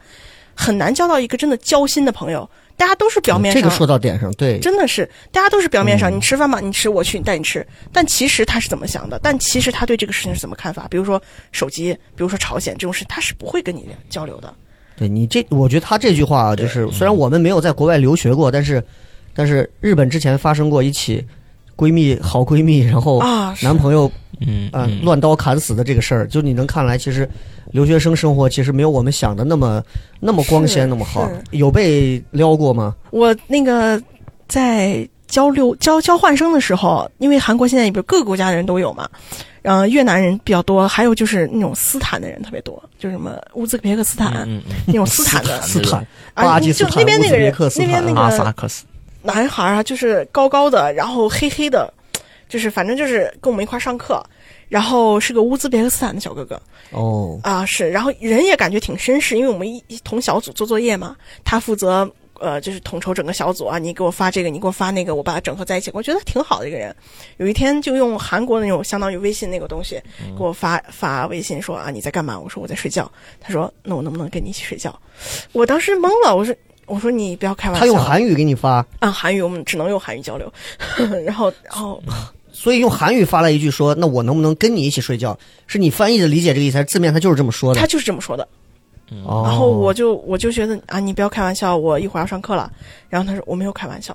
D: 很难交到一个真的交心的朋友。大家都是表面
B: 哦这
D: 上，
B: 个说到点上，对，嗯
D: 真的是大家都是表面上，你吃饭吗？你吃，我去，你带你吃。但其实他是怎么想的？但其实他对这个事情是怎么看法？比如说手机，比如说朝鲜这种事，他是不会跟你交流的。
B: 对你这，我觉得他这句话啊
C: 嗯
B: 就是，虽然我们没有在国外留学过，但是，但是日本之前发生过一起闺蜜好闺蜜，然后
D: 啊是
B: 男朋友
C: 嗯
B: 啊、乱刀砍死的这个事儿，就你能看来，其实留学生生活其实没有我们想的那么那么光鲜，
D: 是
B: 那么好。
D: 是
B: 有被撩过吗？
D: 我那个在交流交交换生的时候，因为韩国现在比如各个国家的人都有嘛，然后越南人比较多，还有就是那种斯坦的人特别多，就是什么乌兹别克斯坦、
C: 嗯嗯，
D: 那种斯坦的，
B: 斯坦、巴
D: 啊，
B: 基斯
D: 就
B: 坦、
D: 那边那
B: 乌
D: 个
B: 兹别
D: 人
B: 克斯，
D: 那
B: 坦
D: 边那
C: 嗯
D: 个
C: 阿萨克斯，
D: 男孩儿啊，就是高高的，然后黑黑的，就是反正就是跟我们一块儿上课，然后是个乌兹别克斯坦的小哥哥
B: 哦，
D: 啊，是，然后人也感觉挺绅士，因为我们一一同小组做作业嘛，他负责呃，就是统筹整个小组啊，你给我发这个，你给我发那个，我把它整合在一起，我觉得挺好的一个人。有一天就用韩国的那种相当于微信那个东西
B: 嗯
D: 给我发发微信说啊你在干嘛？我说我在睡觉。他说那我能不能跟你一起睡觉？我当时懵了，我说我说你不要开玩笑，
B: 他用韩语给你发，
D: 啊韩语我们只能用韩语交流， 然后然后
B: 所以用韩语发了一句说：“那我能不能跟你一起睡觉？”是你翻译的理解这个意思，还是字面他就是这么说的
D: 他？就是这么说的。
B: 哦
D: 然后我就我就觉得啊，你不要开玩笑，我一会儿要上课了。然后他说我没有开玩笑，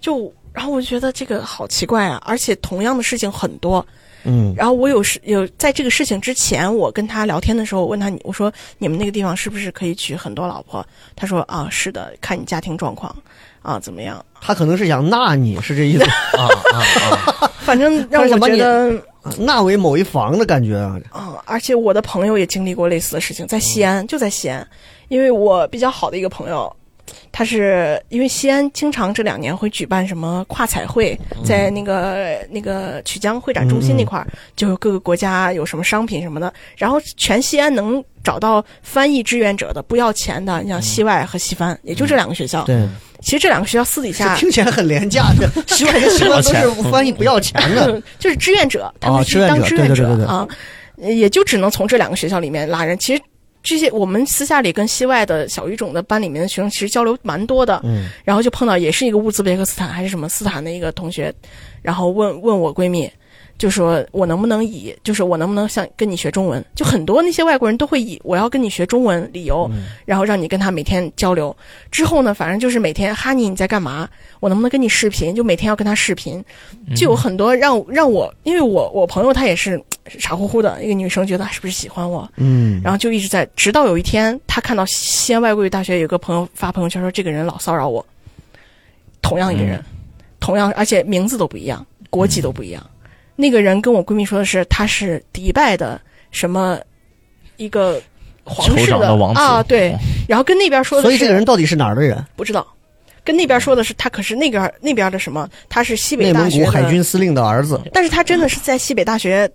D: 就然后我觉得这个好奇怪啊，而且同样的事情很多。
B: 嗯
D: 然后我有事有在这个事情之前，我跟他聊天的时候，我问他你我说你们那个地方是不是可以娶很多老婆？他说啊是的，看你家庭状况啊怎么样。
B: 他可能是想纳你是这 意思，
C: 啊啊啊！
D: 反正让
B: 但是
D: 我
B: 把
D: 觉
B: 你
D: 得
B: 纳为某一房的感觉啊。
D: 啊，而且我的朋友也经历过类似的事情，在西安，就在西安，因为我比较好的一个朋友，他是因为西安经常这两年会举办什么跨彩会，
B: 嗯
D: 在那个那个曲江会展中心那块儿，就有各个国家有什么商品什么的，然后全西安能找到翻译志愿者的不要钱的，你像西外和西翻，也就这两个学校。
B: 嗯对，
D: 其实这两个学校私底
B: 这
D: 下
B: 听起来很廉 价的，西外跟西方都是翻译不要钱的。
D: 就是志愿者，他们去
B: 哦志愿
D: 当
B: 者
D: 志
B: 对
D: 愿
B: 对
D: 者
B: 对对对
D: 啊，也就只能从这两个学校里面拉人。其实这些我们私下里跟西外的小语种的班里面的学生，其实交流蛮多的。
B: 嗯，
D: 然后就碰到也是一个乌兹别克斯坦还是什么斯坦的一个同学，然后问问我闺蜜。就说我能不能以，就是我能不能像跟你学中文？就很多那些外国人都会以我要跟你学中文理由，然后让你跟他每天交流。之后呢，反正就是每天哈尼你在干嘛？我能不能跟你视频？就每天要跟他视频，就有很多让让我，因为我我朋友她也是傻乎乎的一个女生，觉得她哎是不是喜欢我，
B: 嗯，
D: 然后就一直在，直到有一天，她看到西安外国语大学有个朋友发朋友圈说这个人老骚扰我，同样一个
B: 嗯
D: 人，同样而且名字都不一样，国籍都不一样。那个人跟我闺蜜说的是，他是迪拜的什么一个皇
C: 酋
D: 室
C: 长的王子
D: 啊，对，然后跟那边说的是，
B: 所以这个人到底是哪儿的人？
D: 不知道。跟那边说的是，他可是那边那边的什么？他是西
B: 内
D: 北大
B: 蒙
D: 学
B: 古
D: 的
B: 海军司令的儿子。
D: 但是他真的是在西北大学，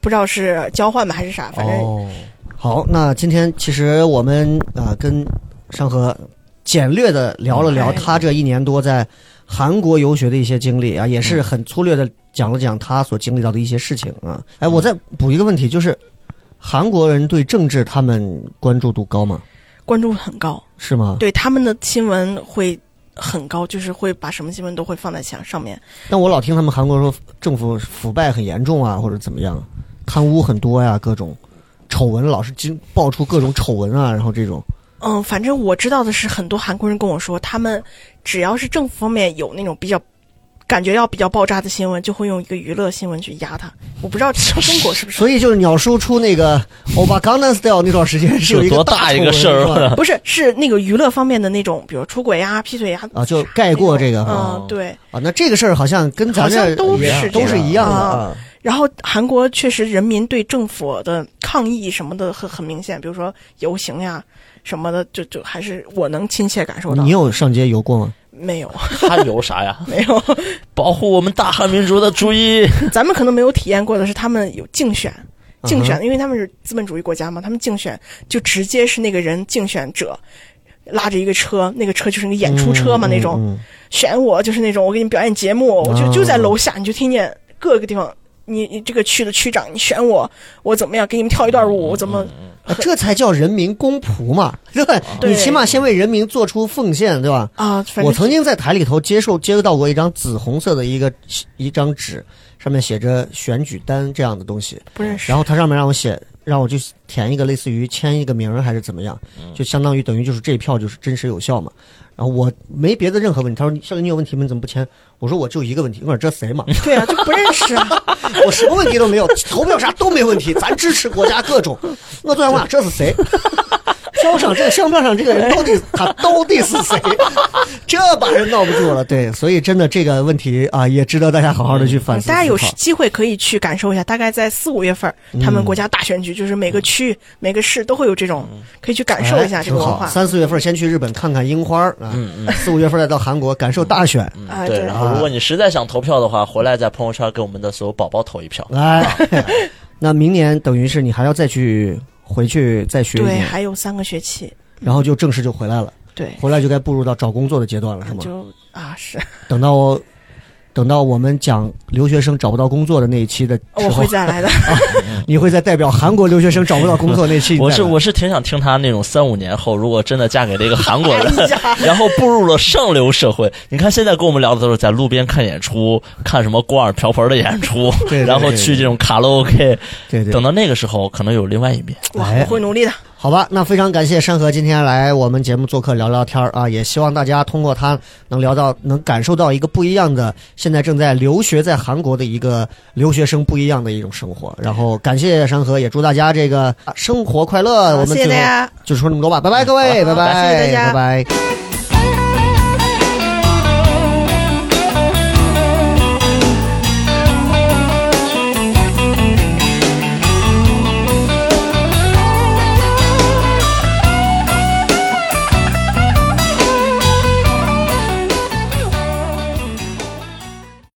D: 不知道是交换吧还是啥，反正、
C: 哦，
B: 好，那今天其实我们啊、呃跟山河简略的聊了聊
D: 哎
B: 他这一年多在韩国游学的一些经历啊，也是很粗略的讲了讲他所经历到的一些事情啊。哎，我再补一个问题，就是韩国人对政治他们关注度高吗？
D: 关注很高，
B: 是吗？
D: 对他们的新闻会很高，就是会把什么新闻都会放在墙上面。
B: 但我老听他们韩国说政府腐败很严重啊，或者怎么样，贪污很多呀、各种丑闻老是经爆出各种丑闻啊，然后这种
D: 嗯，反正我知道的是，很多韩国人跟我说，他们只要是政府方面有那种比较感觉要比较爆炸的新闻，就会用一个娱乐新闻去压它。我不知道中国是不是。
B: 所以就是鸟叔出那 个《欧巴 Gangnam Style》那段时间是有
C: 有
B: 一
C: 多
B: 个啊大
C: 大一
B: 丑
C: 个
B: 闻
C: 事儿
B: 是吧
D: 不是，是那个娱乐方面的那种，比如出轨呀、劈腿呀
B: 啊，就盖过这个哈
D: 嗯，对。
B: 啊，那这个事儿好像跟咱这
D: 好像都
B: 也
D: 是这
B: 都
D: 样
B: 是一样的
D: 啊
B: 啊。
D: 然后韩国确实人民对政府的抗议什么的很很明显，比如说游行呀什么的，就就还是我能亲切感受到。
B: 你有上街游过吗？
D: 没有
C: 他有啥呀？
D: 没有，
C: 保护我们大汉民族的主意。
D: 咱们可能没有体验过的是，他们有竞选，
B: 嗯哼
D: 竞选，因为他们是资本主义国家嘛，他们竞选就直接是那个人竞选者。拉着一个车，那个车就是那个演出车嘛，
B: 嗯
D: 那种、
B: 嗯嗯
D: 选我就是那种，我给你表演节目，我就
B: 哦
D: 就在楼下，你就听见各个地方，你你这个区的区长，你选我，我怎么样，给你们跳一段舞，我怎么
B: 啊这才叫人民公仆嘛，对吧？
D: 对
B: 你起码先为人民做出奉献，对吧？
D: 啊，反正
B: 嗯我曾经在台里头接受接到过一张紫红色的一个一张纸，上面写着选举单这样的东西，
D: 不认识。
B: 然后它上面让我写，让我就填一个类似于签一个名儿还是怎么样，就相当于等于就是这一票就是真实有效嘛。然后我没别的任何问题，他说你校林你有问题吗？你怎么不签？我说我只有一个问题，我说这谁嘛？
D: 对啊，就不认识啊。
B: 我什么问题都没有，投票啥都没问题，咱支持国家各种。我昨天晚这是 谁？票上这个相片上这个人到底他到底是谁？这把人闹不住了。对，所以真的这个问题啊，也值得大家好好的去反思思
D: 嗯大
B: 考。
D: 家有机会可以去感受一下，大概在四五月份儿，
B: 嗯
D: 他们国家大选举，就是每个区、每个市都会有这种，可以去感受一下
B: 嗯哎
D: 这
B: 挺
D: 个文
B: 好
D: 化。
B: 三四月份先去日本看看樱花儿啊，
C: 嗯
B: 四五月份再到韩国感受大选。
D: 啊，
C: 对，
D: 对
C: 然后如果你实在想投票的话，回来在朋友圈给我们的所有宝宝投一票。
B: 哎， 那明年等于是你还要再去回去再学一
D: 对，
B: 年，
D: 还有三个学期，
B: 然后就正式就回来了。
D: 对，
B: 回来就该步入到找工作的阶段了，是吗？
D: 就啊是，
B: 等到等到我们讲留学生找不到工作的那一期的时
D: 哦我
B: 候
D: 会，再来的。
B: 你会在代表韩国留学生找不到工作那期你再来，
C: 我是我是挺想听他那种三五年后，如果真的嫁给了一个韩国人
D: 哎呀，
C: 然后步入了上流社会。你看现在跟我们聊的都是在路边看演出，看什么锅碗瓢盆的演出，
B: 对对
C: 然后
B: 对
C: 去这种卡拉 OK。
B: 对对
C: 等。到那个时候，可能有另外一面。
D: 我
B: 哎
D: 我会努力的。
B: 好吧，那非常感谢山河今天来我们节目做客聊聊天儿啊，也希望大家通过他能聊到，能感受到一个不一样的现在正在留学在韩国的一个留学生不一样的一种生活。然后感谢山河，也祝大家这个啊生活快乐。我
D: 好
B: 们
D: 谢谢
B: 最
D: 大
B: 后
D: 家。
B: 就说这么多吧，拜拜各位，拜
D: 好
B: 拜，
D: 谢谢大家
B: 拜拜。